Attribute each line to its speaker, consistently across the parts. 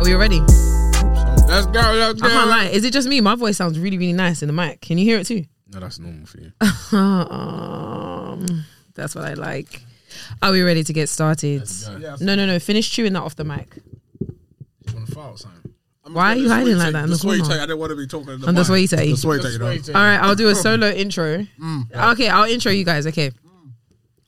Speaker 1: Are we ready?
Speaker 2: Let's go. Let's go.
Speaker 1: I can't lie. Is it just me? My voice sounds really, really nice in the mic. Can you hear it too?
Speaker 2: No, that's normal for you.
Speaker 1: Um, that's what I like. Are we ready to get started?
Speaker 2: Yeah.
Speaker 1: No, no, no. Finish chewing that off the mic.
Speaker 2: You want to file something?
Speaker 1: Why are you hiding like that in the
Speaker 3: That's why you
Speaker 1: corner? Oh,
Speaker 3: take. I didn't want to be talking. in the
Speaker 1: And that's
Speaker 3: mic.
Speaker 1: what you say.
Speaker 3: That's why you take Mm.
Speaker 2: Just
Speaker 3: it
Speaker 2: wait
Speaker 3: off.
Speaker 2: till-
Speaker 1: All right, I'll do a solo intro. Okay, I'll intro you guys. Okay.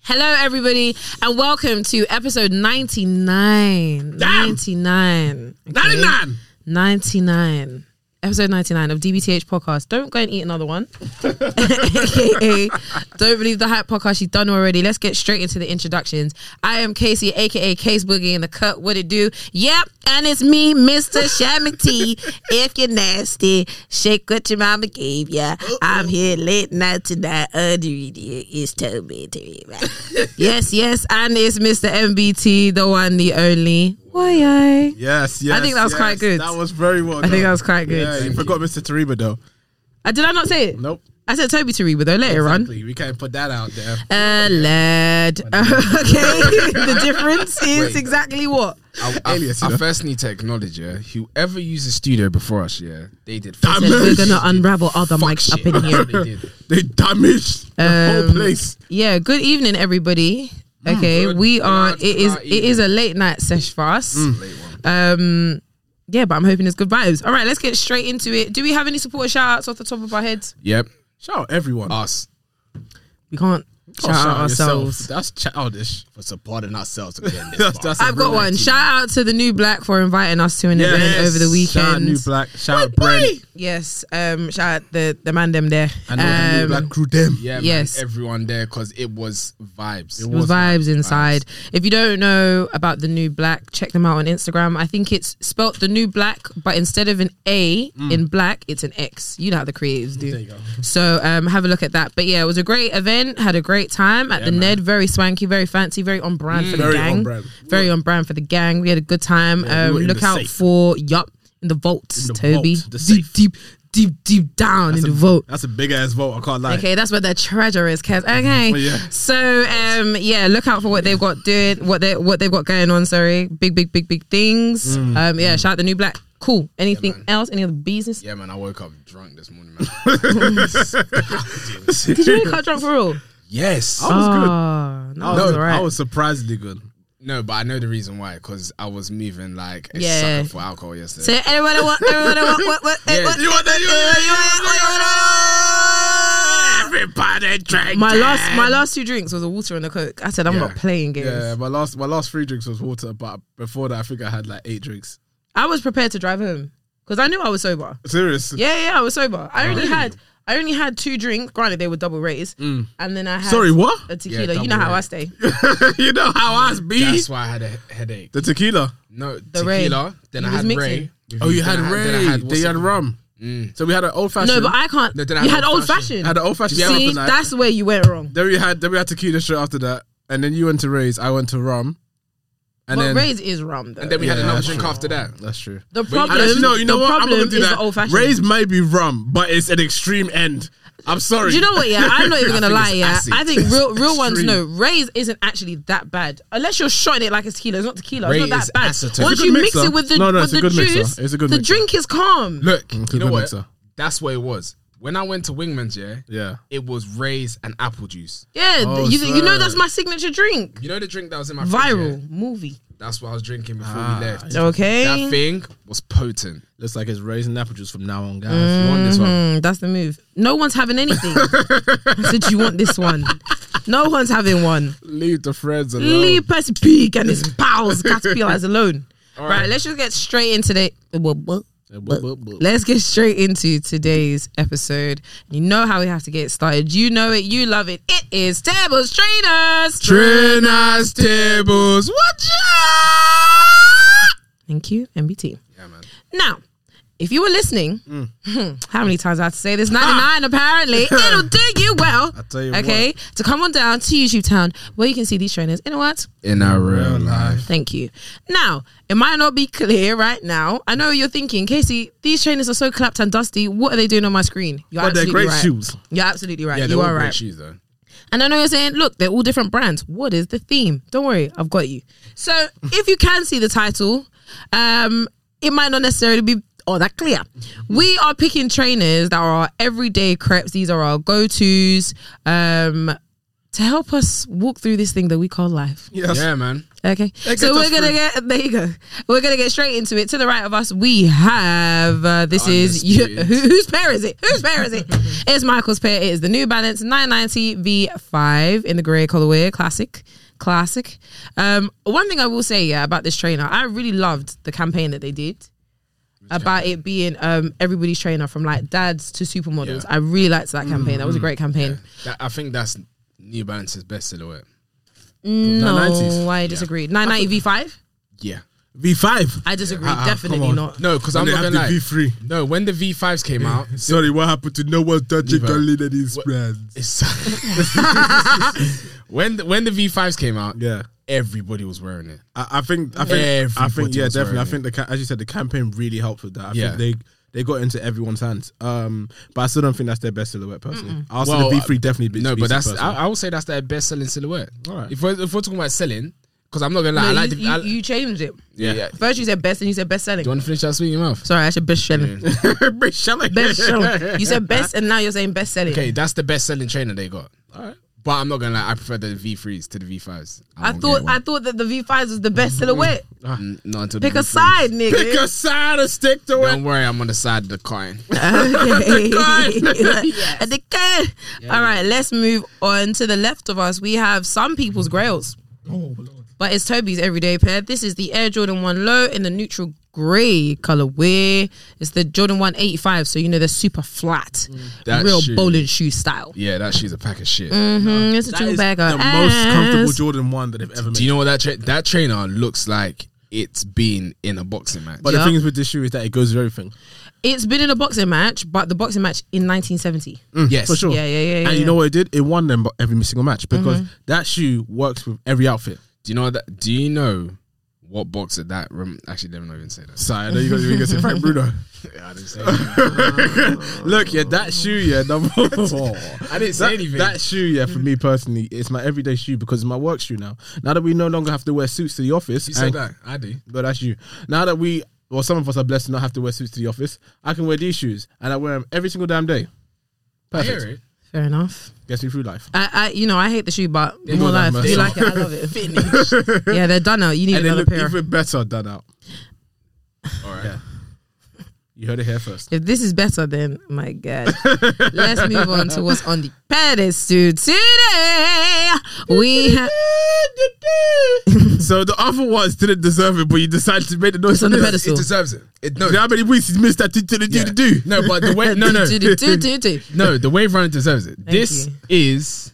Speaker 1: Hello, everybody, and welcome to episode 99.
Speaker 2: Damn.
Speaker 1: 99. okay?
Speaker 2: 99.
Speaker 1: 99. Episode 99 of DBTH podcast. Don't go and eat another one. AKA Don't Believe the Hype podcast. You've done already. Let's get straight into the introductions. I am Casey, AKA Case Boogie in the Cut. What it do? Yep. And it's me, Mr. Shammy T. If you're nasty, shake what your mama gave ya. I'm here late night tonight. Under idiot is told me to be right. Yes, yes. And it's Mr. MBT, the one, the only. Why I?
Speaker 3: Yes, yes.
Speaker 1: I think that was
Speaker 3: yes.
Speaker 1: quite good.
Speaker 3: That was very well.
Speaker 1: I think that was quite good.
Speaker 3: Yeah, you forgot Mr. Tariba though.
Speaker 1: Uh, did I not say it?
Speaker 3: Nope.
Speaker 1: I said Toby Tariba though. Later on.
Speaker 3: Exactly. We can't put that out there.
Speaker 1: Uh, lad. okay. the difference is
Speaker 2: Wait.
Speaker 1: exactly what?
Speaker 2: I, I,
Speaker 3: Alias, you
Speaker 2: I
Speaker 3: know.
Speaker 2: first need to acknowledge, yeah, whoever used the studio before us, yeah, they did.
Speaker 3: Damn
Speaker 1: Said
Speaker 3: it.
Speaker 1: we're going to unravel other
Speaker 2: fuck
Speaker 1: mics up
Speaker 2: shit.
Speaker 1: in
Speaker 2: That's what
Speaker 1: here.
Speaker 2: they did.
Speaker 3: They damaged the
Speaker 1: Um,
Speaker 3: whole place.
Speaker 1: Yeah, good evening, everybody. Okay,
Speaker 2: good.
Speaker 1: we
Speaker 2: Good
Speaker 1: are.
Speaker 2: night,
Speaker 1: It
Speaker 2: good
Speaker 1: is.
Speaker 2: night,
Speaker 1: It is a late night sesh for us.
Speaker 2: Late one.
Speaker 1: Um, yeah, but I'm hoping it's good vibes. All right, let's get straight into it. Do we have any supporter shout outs off the top of our heads?
Speaker 2: Yep,
Speaker 3: Shout out everyone.
Speaker 2: us.
Speaker 1: We can't
Speaker 3: Oh,
Speaker 1: shout out ourselves.
Speaker 3: That's childish.
Speaker 4: for supporting ourselves again. This
Speaker 3: That's,
Speaker 4: month.
Speaker 3: that's a
Speaker 1: I've got
Speaker 3: real
Speaker 1: one.
Speaker 3: team.
Speaker 1: Shout out to the new black for inviting us to an
Speaker 3: Yes.
Speaker 1: event over the weekend.
Speaker 3: Shout out New Black. Shout out Brent.
Speaker 1: Yes, um, shout out the the man them there.
Speaker 3: And all the New
Speaker 1: Um,
Speaker 3: Black crew them.
Speaker 2: Yeah,
Speaker 1: Yes.
Speaker 2: man, everyone there because it was vibes.
Speaker 1: it was vibes inside. If you don't know about the new black, check them out on Instagram. I think it's spelt the new black, but instead of an A in black, it's an X. You know how the creatives do.
Speaker 3: Mm. There you go.
Speaker 1: So um, have a look at that. But yeah, it was a great event. Had a great time at the Ned. Very swanky, very fancy, very on brand for the
Speaker 3: Very on
Speaker 1: gang.
Speaker 3: brand.
Speaker 1: Very on brand for the gang. We had a good time. um,
Speaker 3: were in
Speaker 1: look
Speaker 3: the
Speaker 1: out
Speaker 3: safe.
Speaker 1: for yup in the vaults,
Speaker 3: In the
Speaker 1: Toby.
Speaker 3: vault, the
Speaker 1: deep,
Speaker 3: safe.
Speaker 1: deep, deep, deep down in the vault.
Speaker 3: That's a big ass vote. I can't lie.
Speaker 1: Okay, that's where their treasure is, Kez. Okay.
Speaker 3: Mm-hmm. Well, yeah.
Speaker 1: So um yeah, look out for what they've got doing what they what they've got going on, sorry. Big, big, big, big things.
Speaker 3: Mm.
Speaker 1: Um yeah, shout out the new black. Cool. Anything else? Any other business?
Speaker 2: Yeah, man, I woke up drunk this morning, man.
Speaker 1: Did you really cut drunk for real?
Speaker 2: yes.
Speaker 3: I was good.
Speaker 1: Oh, no,
Speaker 3: I was,
Speaker 1: all right.
Speaker 3: I was surprisingly good.
Speaker 2: No, but I know the reason why because I was moving like a
Speaker 1: Yeah.
Speaker 2: sucker for alcohol yesterday.
Speaker 1: so everyone I want everyone I want what what, eh,
Speaker 2: Yeah.
Speaker 1: what-
Speaker 2: You want that, you want that, you want
Speaker 1: what-
Speaker 3: Everybody drank.
Speaker 1: my last my last two drinks was a water and a coke. I said I'm
Speaker 2: Yeah.
Speaker 1: not playing games.
Speaker 3: Yeah, my last my last three drinks was water, but before that I think I had like eight drinks.
Speaker 1: I was prepared to drive home because I knew I was sober.
Speaker 3: Serious.
Speaker 1: Yeah, yeah, I was sober. I only had I only had two drinks. Granted, they were double rates, and then I had
Speaker 3: Mm. Sorry, what?
Speaker 1: a tequila.
Speaker 2: Yeah,
Speaker 1: you know how
Speaker 2: double
Speaker 1: I stay.
Speaker 2: rate.
Speaker 3: you know how I be.
Speaker 2: That's why I had a he- headache.
Speaker 3: the tequila.
Speaker 2: No,
Speaker 1: Ray.
Speaker 2: tequila. Then
Speaker 1: You
Speaker 2: I
Speaker 1: was
Speaker 2: had
Speaker 1: mixing.
Speaker 2: Ray.
Speaker 3: Oh, you had
Speaker 2: Then I then I
Speaker 3: Ray.
Speaker 2: what's
Speaker 3: They
Speaker 2: it
Speaker 3: had
Speaker 2: called?
Speaker 3: rum. Mm. So we had an old fashioned.
Speaker 1: No, but I can't.
Speaker 2: No, then I
Speaker 1: you
Speaker 2: had
Speaker 1: had old
Speaker 2: old-fashioned.
Speaker 1: fashioned.
Speaker 3: had an old fashioned.
Speaker 1: See, that's where you went wrong.
Speaker 3: then we had then we had tequila straight after that, and then you went to Ray's. I went to rum, and
Speaker 1: but
Speaker 3: then
Speaker 1: Ray's is rum though.
Speaker 2: And then we had
Speaker 3: Yeah,
Speaker 2: another
Speaker 3: that's
Speaker 2: drink after that.
Speaker 3: that's true.
Speaker 1: the
Speaker 3: And
Speaker 1: problem,
Speaker 3: actually, no, you know
Speaker 1: the
Speaker 3: what? I'm not
Speaker 1: problem
Speaker 3: gonna do
Speaker 1: is
Speaker 3: that.
Speaker 1: the old fashioned.
Speaker 3: Ray's may be rum, but it's an extreme end. I'm sorry.
Speaker 1: do you know what? Yeah, I'm not even
Speaker 2: I
Speaker 1: gonna
Speaker 2: think
Speaker 1: lie.
Speaker 2: it's
Speaker 1: Yeah,
Speaker 2: acid.
Speaker 1: I think real real ones
Speaker 3: extreme.
Speaker 1: know Ray's isn't actually that bad unless you're shotting it like it's tequila. It's not tequila.
Speaker 2: Ray
Speaker 1: it's not
Speaker 2: is
Speaker 1: that bad.
Speaker 2: acetone.
Speaker 1: Once
Speaker 3: It's a
Speaker 1: you
Speaker 3: good
Speaker 1: mix
Speaker 3: mixer.
Speaker 1: it with the
Speaker 3: No, no,
Speaker 1: with
Speaker 3: it's a
Speaker 1: the
Speaker 3: good mixer.
Speaker 1: juice,
Speaker 3: It's a good
Speaker 1: the
Speaker 3: mixer.
Speaker 1: drink is calm.
Speaker 2: Look,
Speaker 3: It's a
Speaker 2: you know
Speaker 3: good
Speaker 2: what?
Speaker 3: mixer.
Speaker 2: That's what it was. When I went to Wingman's, yeah,
Speaker 3: Yeah.
Speaker 2: it was Ray's and apple juice.
Speaker 1: yeah,
Speaker 3: Oh,
Speaker 1: you, you know
Speaker 3: sir.
Speaker 1: that's my signature drink.
Speaker 2: You know the drink that was in my fridge,
Speaker 1: Viral
Speaker 2: yeah?
Speaker 1: movie.
Speaker 2: That's what I was drinking before
Speaker 3: Ah,
Speaker 2: we left.
Speaker 1: Okay.
Speaker 2: That thing was potent.
Speaker 3: Looks like it's raising apple juice from now on, guys.
Speaker 2: You want this one?
Speaker 1: Mm, that's the move. No one's having anything. I said, you want this one? No one's having one.
Speaker 3: Leave the friends alone.
Speaker 1: Leave Percy Pig and his pals, caterpillars alone. All right.
Speaker 2: right.
Speaker 1: let's just get straight into the.
Speaker 3: Yeah, bu- bu- bu-
Speaker 1: Let's get straight into today's episode. You know how we have to get started. You know it. You love it. It is Tables Trainers.
Speaker 3: Trainers, tables, what
Speaker 1: Thank you, MBT.
Speaker 2: Yeah, man.
Speaker 1: Now, if you were listening,
Speaker 3: Mm.
Speaker 1: how many times I have to say this? 99 apparently. It'll do you well. I
Speaker 3: Ah. tell you
Speaker 1: Okay. To come on down to YouTube Town where you can see these trainers. You know what?
Speaker 2: In our real life.
Speaker 1: Thank you. Now, it might not be clear right now. I know you're thinking, Casey, these trainers are so clapped and dusty. What are they doing on my screen? You're
Speaker 3: But they're
Speaker 1: absolutely
Speaker 3: great
Speaker 1: right.
Speaker 3: shoes.
Speaker 1: You're absolutely right.
Speaker 2: Yeah, they
Speaker 1: you
Speaker 2: were
Speaker 1: are
Speaker 2: great
Speaker 1: right.
Speaker 2: shoes though.
Speaker 1: And I know you're saying, look, they're all different brands. What is the theme? Don't worry, I've got you. So if you can see the title, um, it might not necessarily be all that clear. We are picking trainers that are our everyday creps. These are our go tos um, to help us walk through this thing that we call life.
Speaker 3: Yes.
Speaker 2: Yeah, man.
Speaker 1: Okay, so
Speaker 3: get
Speaker 1: we're
Speaker 3: us
Speaker 1: gonna
Speaker 3: through.
Speaker 1: get there. You go. We're gonna get straight into it. To the right of us, we have uh, this is you,
Speaker 2: Undisputed.
Speaker 1: who, whose pair is it? Whose pair is it? it's Michael's pair. It is the New Balance 990 V5 in the grey colorway, classic, classic. Um, one thing I will say, yeah, about this trainer, I really loved the campaign that they did about it being um everybody's trainer from like dads to supermodels. I really liked that campaign. That was a
Speaker 3: Mm.
Speaker 1: great campaign.
Speaker 2: That, I think that's New Balance's best silhouette.
Speaker 1: No,
Speaker 3: 990s?
Speaker 1: I disagree. 990 V5.
Speaker 2: Yeah.
Speaker 3: V5.
Speaker 1: I disagree.
Speaker 3: Ah, ah, come
Speaker 1: Definitely
Speaker 3: on.
Speaker 1: not.
Speaker 2: No, because I'm
Speaker 3: they
Speaker 2: not
Speaker 3: have
Speaker 2: gonna lie.
Speaker 3: the V3.
Speaker 2: No, when the V5s came out,
Speaker 3: Sorry, what happened to no one touching
Speaker 2: Neither.
Speaker 3: only these brands?
Speaker 2: it's when the, when the V5s came out,
Speaker 3: Yeah.
Speaker 2: everybody was wearing it.
Speaker 3: I, I think I think I think
Speaker 2: Everybody
Speaker 3: yeah
Speaker 2: was
Speaker 3: definitely I
Speaker 2: wearing
Speaker 3: think the ca- as you said the campaign really helped with that. I
Speaker 2: Yeah.
Speaker 3: think they they got into everyone's hands. Um, but I still don't think that's their best silhouette personally. I'll
Speaker 2: Well,
Speaker 3: say the V3 definitely beats
Speaker 2: no,
Speaker 3: Beats
Speaker 2: but that's
Speaker 3: personally.
Speaker 2: I, I would say that's their best selling silhouette.
Speaker 3: All right.
Speaker 2: If we're, if we're talking about selling, because I'm not gonna
Speaker 1: No,
Speaker 2: lie, I like
Speaker 1: you,
Speaker 2: the
Speaker 1: you-
Speaker 2: I,
Speaker 1: you changed it.
Speaker 2: yeah. yeah. Do
Speaker 1: First you said best, and you said best selling.
Speaker 2: you want to finish that sweet in your mouth?
Speaker 1: Sorry, I said best selling.
Speaker 2: Best selling.
Speaker 1: Best selling. You said best, and now you're saying best selling.
Speaker 2: Okay, that's the best selling trainer they got. All right. But I'm not gonna lie, I prefer the V3s to the V5s.
Speaker 1: I
Speaker 2: won't
Speaker 1: thought
Speaker 2: get
Speaker 1: I
Speaker 2: one.
Speaker 1: thought that the V5s was the best
Speaker 2: Mm-hmm.
Speaker 1: silhouette.
Speaker 2: N- not until the
Speaker 1: Pick a
Speaker 2: V3s.
Speaker 1: side, nigga.
Speaker 3: pick a side and stick to it.
Speaker 2: Don't worry, I'm on the side of the coin.
Speaker 1: Okay. At the car. All right, let's move on to the left of us. We have some people's grails.
Speaker 3: Oh,
Speaker 1: But it's Toby's everyday pair. This is the Air Jordan 1 Low in the neutral grey colorway. It's the Jordan 185, so you know they're super flat.
Speaker 2: Mm, That
Speaker 1: Real
Speaker 2: shoe.
Speaker 1: bowling shoe style.
Speaker 2: Yeah, that shoe's a pack of shit.
Speaker 1: Mm, it's a
Speaker 3: That
Speaker 1: two
Speaker 3: is
Speaker 1: bagger.
Speaker 3: the most comfortable Jordan one that they've ever made.
Speaker 2: Do you know what that tra- that trainer looks like? It's been in a boxing match.
Speaker 3: but
Speaker 1: Yeah.
Speaker 3: the thing is with this shoe is that it goes with everything.
Speaker 1: It's been in a boxing match, but the boxing match in 1970.
Speaker 2: yes,
Speaker 3: for sure.
Speaker 1: Yeah, yeah, yeah, yeah,
Speaker 3: And
Speaker 1: yeah. Mm-hmm.
Speaker 3: you know what it did? It won them every single match because that shoe works with every outfit.
Speaker 2: Do you know that? Do you know what boxer that? Rem- Actually, let me not even say that.
Speaker 3: Sorry, I know you're gonna- you're gonna say Frank Bruno.
Speaker 2: I didn't say, anything.
Speaker 3: Look, yeah, that shoe, yeah, number four.
Speaker 2: I didn't
Speaker 3: that,
Speaker 2: say anything.
Speaker 3: that shoe, yeah, for me personally, it's my everyday shoe because it's my work shoe now. Now that we no longer have to wear suits to the office,
Speaker 2: you
Speaker 3: and-
Speaker 2: said that. I do.
Speaker 3: but that's you. Now that we, well, some of us are blessed to not have to wear suits to the office, I can wear these shoes and I wear them every single damn day.
Speaker 2: I hear
Speaker 3: Perfect.
Speaker 2: it.
Speaker 1: Fair enough.
Speaker 3: Gets me through life.
Speaker 1: I, I, you know, I hate the shoe, but more
Speaker 3: don't
Speaker 1: life.
Speaker 3: have
Speaker 1: If you like
Speaker 3: mercy.
Speaker 1: it, I love it. yeah, they're done now. You need
Speaker 3: And they
Speaker 1: another
Speaker 3: look
Speaker 1: pair.
Speaker 3: even better done out.
Speaker 2: All right.
Speaker 3: Yeah. You heard it here first.
Speaker 1: if this is better, then my God. Let's move on to what's on the pedestal today. We ha-
Speaker 3: so the other ones didn't deserve it, but you decided to make the noise
Speaker 1: It's on the
Speaker 3: this.
Speaker 1: pedestal.
Speaker 2: It deserves it. It no.
Speaker 3: You know how many weeks he's missed that to do
Speaker 2: yeah.
Speaker 3: to do?
Speaker 2: No, but the way no no
Speaker 1: do, do, do, do, do.
Speaker 2: no the wave runner deserves it. this
Speaker 1: you.
Speaker 2: is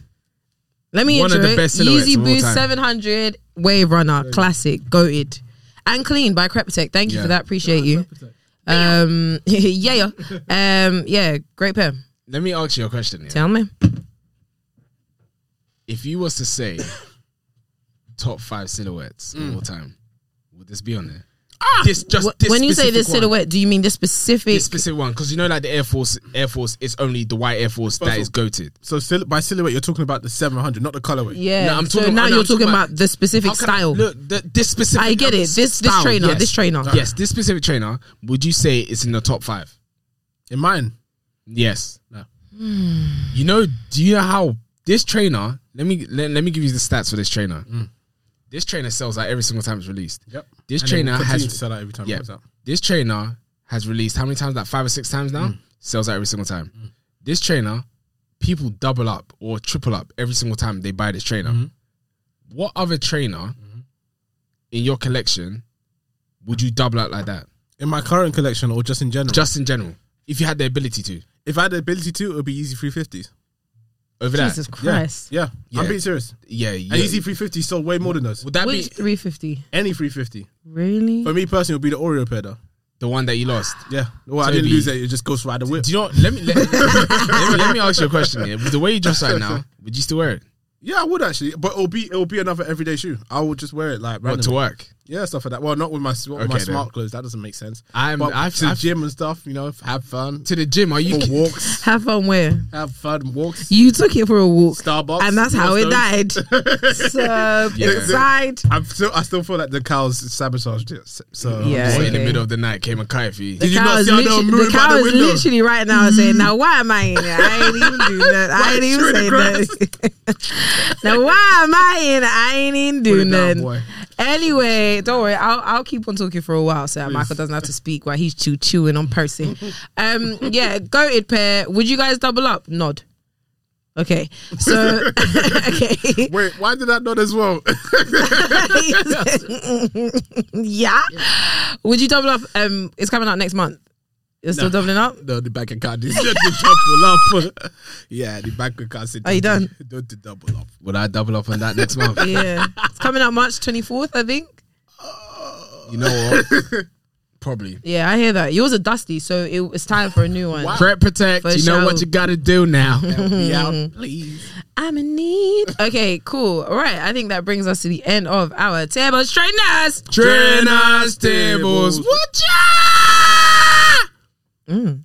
Speaker 1: Let me
Speaker 2: One of
Speaker 1: intro
Speaker 2: the
Speaker 1: it.
Speaker 2: best silhouettes
Speaker 1: Yeezy
Speaker 2: of all
Speaker 1: Boost
Speaker 2: time.
Speaker 1: 700 Wave Runner Classic Goated and Clean by Creptech. Thank you
Speaker 2: Yeah.
Speaker 1: for that. Appreciate you. Um, yeah, yeah. um, yeah, great pair.
Speaker 2: let me ask you a question. Yeah?
Speaker 1: Tell me.
Speaker 2: If you was to say top five silhouettes of all time, would this be on there? This just
Speaker 1: Wh-
Speaker 2: this
Speaker 1: when you say this
Speaker 2: specific one.
Speaker 1: silhouette, do you mean this specific?
Speaker 2: this specific one because you know like the Air Force Air Force it's only the white Air Force that
Speaker 3: Puzzle.
Speaker 2: is goated.
Speaker 3: So sil- by silhouette, you're talking about the 700, not the colorway.
Speaker 1: yeah.
Speaker 2: No, I'm
Speaker 1: so
Speaker 2: talking-
Speaker 1: now
Speaker 2: no,
Speaker 1: you're
Speaker 2: I'm
Speaker 1: talking
Speaker 2: talking
Speaker 1: about,
Speaker 2: about-
Speaker 1: the specific
Speaker 2: How can I-
Speaker 1: style.
Speaker 2: Look, th- this specific.
Speaker 1: I get it. This- this
Speaker 2: style,
Speaker 1: trainer, this trainer.
Speaker 2: Yes, this specific trainer. Would you say it's in the top five?
Speaker 3: In mine,
Speaker 2: Yes.
Speaker 3: No.
Speaker 2: You know? Do you know how this trainer? Let me let, let me give you the stats for this trainer. This trainer sells out every single time it's released.
Speaker 3: Mm. Yep.
Speaker 2: This
Speaker 3: And it
Speaker 2: trainer
Speaker 3: will continue to
Speaker 2: has
Speaker 3: sell out every time it
Speaker 2: yeah.
Speaker 3: comes out.
Speaker 2: This trainer has released how many times? Like five or six times now. Sells out every single time. This trainer, people double up or triple up every single time they buy this trainer. What other trainer in your collection would you double up like that?
Speaker 3: In my current collection or just in general?
Speaker 2: Just in general, if you had the ability to
Speaker 3: if I had the ability to, it would be easy 350s.
Speaker 2: over
Speaker 1: Jesus
Speaker 2: that.
Speaker 3: Yeah.
Speaker 1: Christ.
Speaker 3: Yeah.
Speaker 2: Yeah.
Speaker 3: I'm being serious.
Speaker 2: Yeah, yeah.
Speaker 3: And easy 350 sold way more than those.
Speaker 2: Would that
Speaker 1: Which
Speaker 2: be
Speaker 1: 350?
Speaker 3: Any 350.
Speaker 1: Really?
Speaker 3: For me personally, it would be the Oreo pair though.
Speaker 2: the one that you lost?
Speaker 3: Yeah. Well, I
Speaker 2: So it'd
Speaker 3: didn't
Speaker 2: be-
Speaker 3: lose it. It just goes right the whip.
Speaker 2: Do you know? what? Let me let, let me let me ask you a question here. With the way you dress right now, would you still wear it
Speaker 3: yeah, I would actually. But it'll be it'll be another everyday shoe. I will just wear it like
Speaker 2: What, to
Speaker 3: randomly.
Speaker 2: work?
Speaker 3: Yeah, stuff like that. Well, not with my, not with my
Speaker 2: Okay, then.
Speaker 3: smart clothes. That doesn't make sense.
Speaker 1: Um,
Speaker 2: I'm-
Speaker 3: But
Speaker 2: I've-
Speaker 3: to the
Speaker 2: I've-
Speaker 3: gym and stuff. You know, have fun.
Speaker 2: To the gym, are you?
Speaker 3: Or walks.
Speaker 1: Have fun where?
Speaker 3: have fun. Walks.
Speaker 1: You took it for a walk.
Speaker 3: Starbucks.
Speaker 1: And that's how it
Speaker 3: Milestones.
Speaker 1: died. so, inside.
Speaker 3: I'm still, I still feel like the cows sabotaged it. So
Speaker 1: Yeah.
Speaker 2: Boy, in the
Speaker 1: Okay.
Speaker 2: middle of the night came a kite for you.
Speaker 3: Did you
Speaker 1: cow
Speaker 3: not
Speaker 1: is
Speaker 3: see how they were
Speaker 1: literally-
Speaker 3: moving
Speaker 1: the
Speaker 3: by
Speaker 1: cow
Speaker 3: the
Speaker 1: is
Speaker 3: window? Mm-hmm.
Speaker 1: literally right now saying, "Now why am I in here? I ain't even do nothing. I ain't even
Speaker 3: chewing the
Speaker 1: say
Speaker 3: grass?
Speaker 1: nothing. now why am I in? here? I ain't even
Speaker 3: Put
Speaker 1: do
Speaker 3: it down,
Speaker 1: nothing.
Speaker 3: boy.
Speaker 1: Anyway, don't worry. I'll I'll keep on talking for a while so that Michael doesn't have to speak while he's chew chewing on Percy. Um, yeah, goated pair. Would you guys double up? Nod. Okay, so okay,
Speaker 3: Wait, why did that not as well?
Speaker 1: yeah. Would you double up? Um, it's coming out next month. You're still doubling up.
Speaker 3: no, the bank account is not to double up. yeah, the bank account said
Speaker 1: Are you
Speaker 3: don't do- Don't do double up.
Speaker 2: Would I double up on that next month?
Speaker 1: yeah. It's coming out March 24th, I think.
Speaker 2: You know what? Probably.
Speaker 1: Yeah, I hear that. Yours are dusty, so it, it's time for a new one.
Speaker 2: Prep protect.
Speaker 1: For
Speaker 2: you know
Speaker 1: sure.
Speaker 2: what you gotta do now.
Speaker 3: Be out, please.
Speaker 1: I'm in need. Okay, cool. All right. I think that brings us to the end of our table strainers.
Speaker 2: Trainers tables.
Speaker 1: Mm.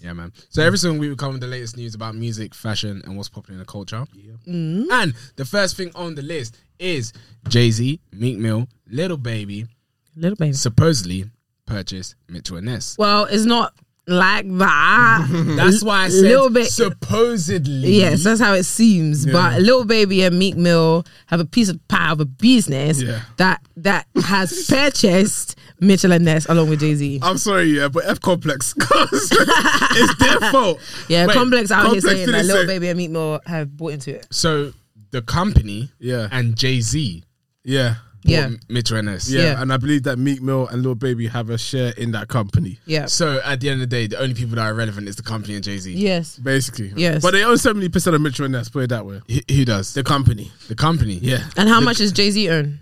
Speaker 2: Yeah, man. So every single week we cover the latest news about music, fashion, and what's popular in the culture. Mm. And the first thing on the list is Jay Z, Meek Mill, Little Baby
Speaker 1: Little baby.
Speaker 2: supposedly purchased Mitchell and Ness.
Speaker 1: Well, it's not like that.
Speaker 2: That's why I said
Speaker 1: Little Ba-
Speaker 2: supposedly.
Speaker 1: Yes, that's how it seems. But Little Baby and Meek Mill have a piece of pie of a business
Speaker 3: Yeah.
Speaker 1: that that has purchased Mitchell and Ness along with Jay Z.
Speaker 3: I'm sorry, yeah, but F complex. 'cause it's their fault.
Speaker 1: Yeah,
Speaker 3: Wait,
Speaker 1: Complex out here saying
Speaker 3: didn't
Speaker 1: that Little
Speaker 3: say-
Speaker 1: Baby and Meek Mill have bought into it.
Speaker 2: So the company
Speaker 3: Yeah.
Speaker 2: and Jay Z
Speaker 3: Yeah.
Speaker 1: Yeah.
Speaker 2: Mitchell and Ness.
Speaker 3: yeah,
Speaker 1: Yeah.
Speaker 3: and I believe that Meek Mill and Lil Baby have a share in that company.
Speaker 1: Yeah.
Speaker 2: So at the end of the day, the only people that are relevant is the company and Jay Z.
Speaker 1: Yes.
Speaker 3: Basically,
Speaker 1: Yes.
Speaker 3: But they own seventy percent of Mitchell and Ness. Put it that way.
Speaker 2: Who does?
Speaker 3: The
Speaker 2: The,
Speaker 3: company.
Speaker 2: the company.
Speaker 3: Yeah.
Speaker 1: And how much does Jay Z earn?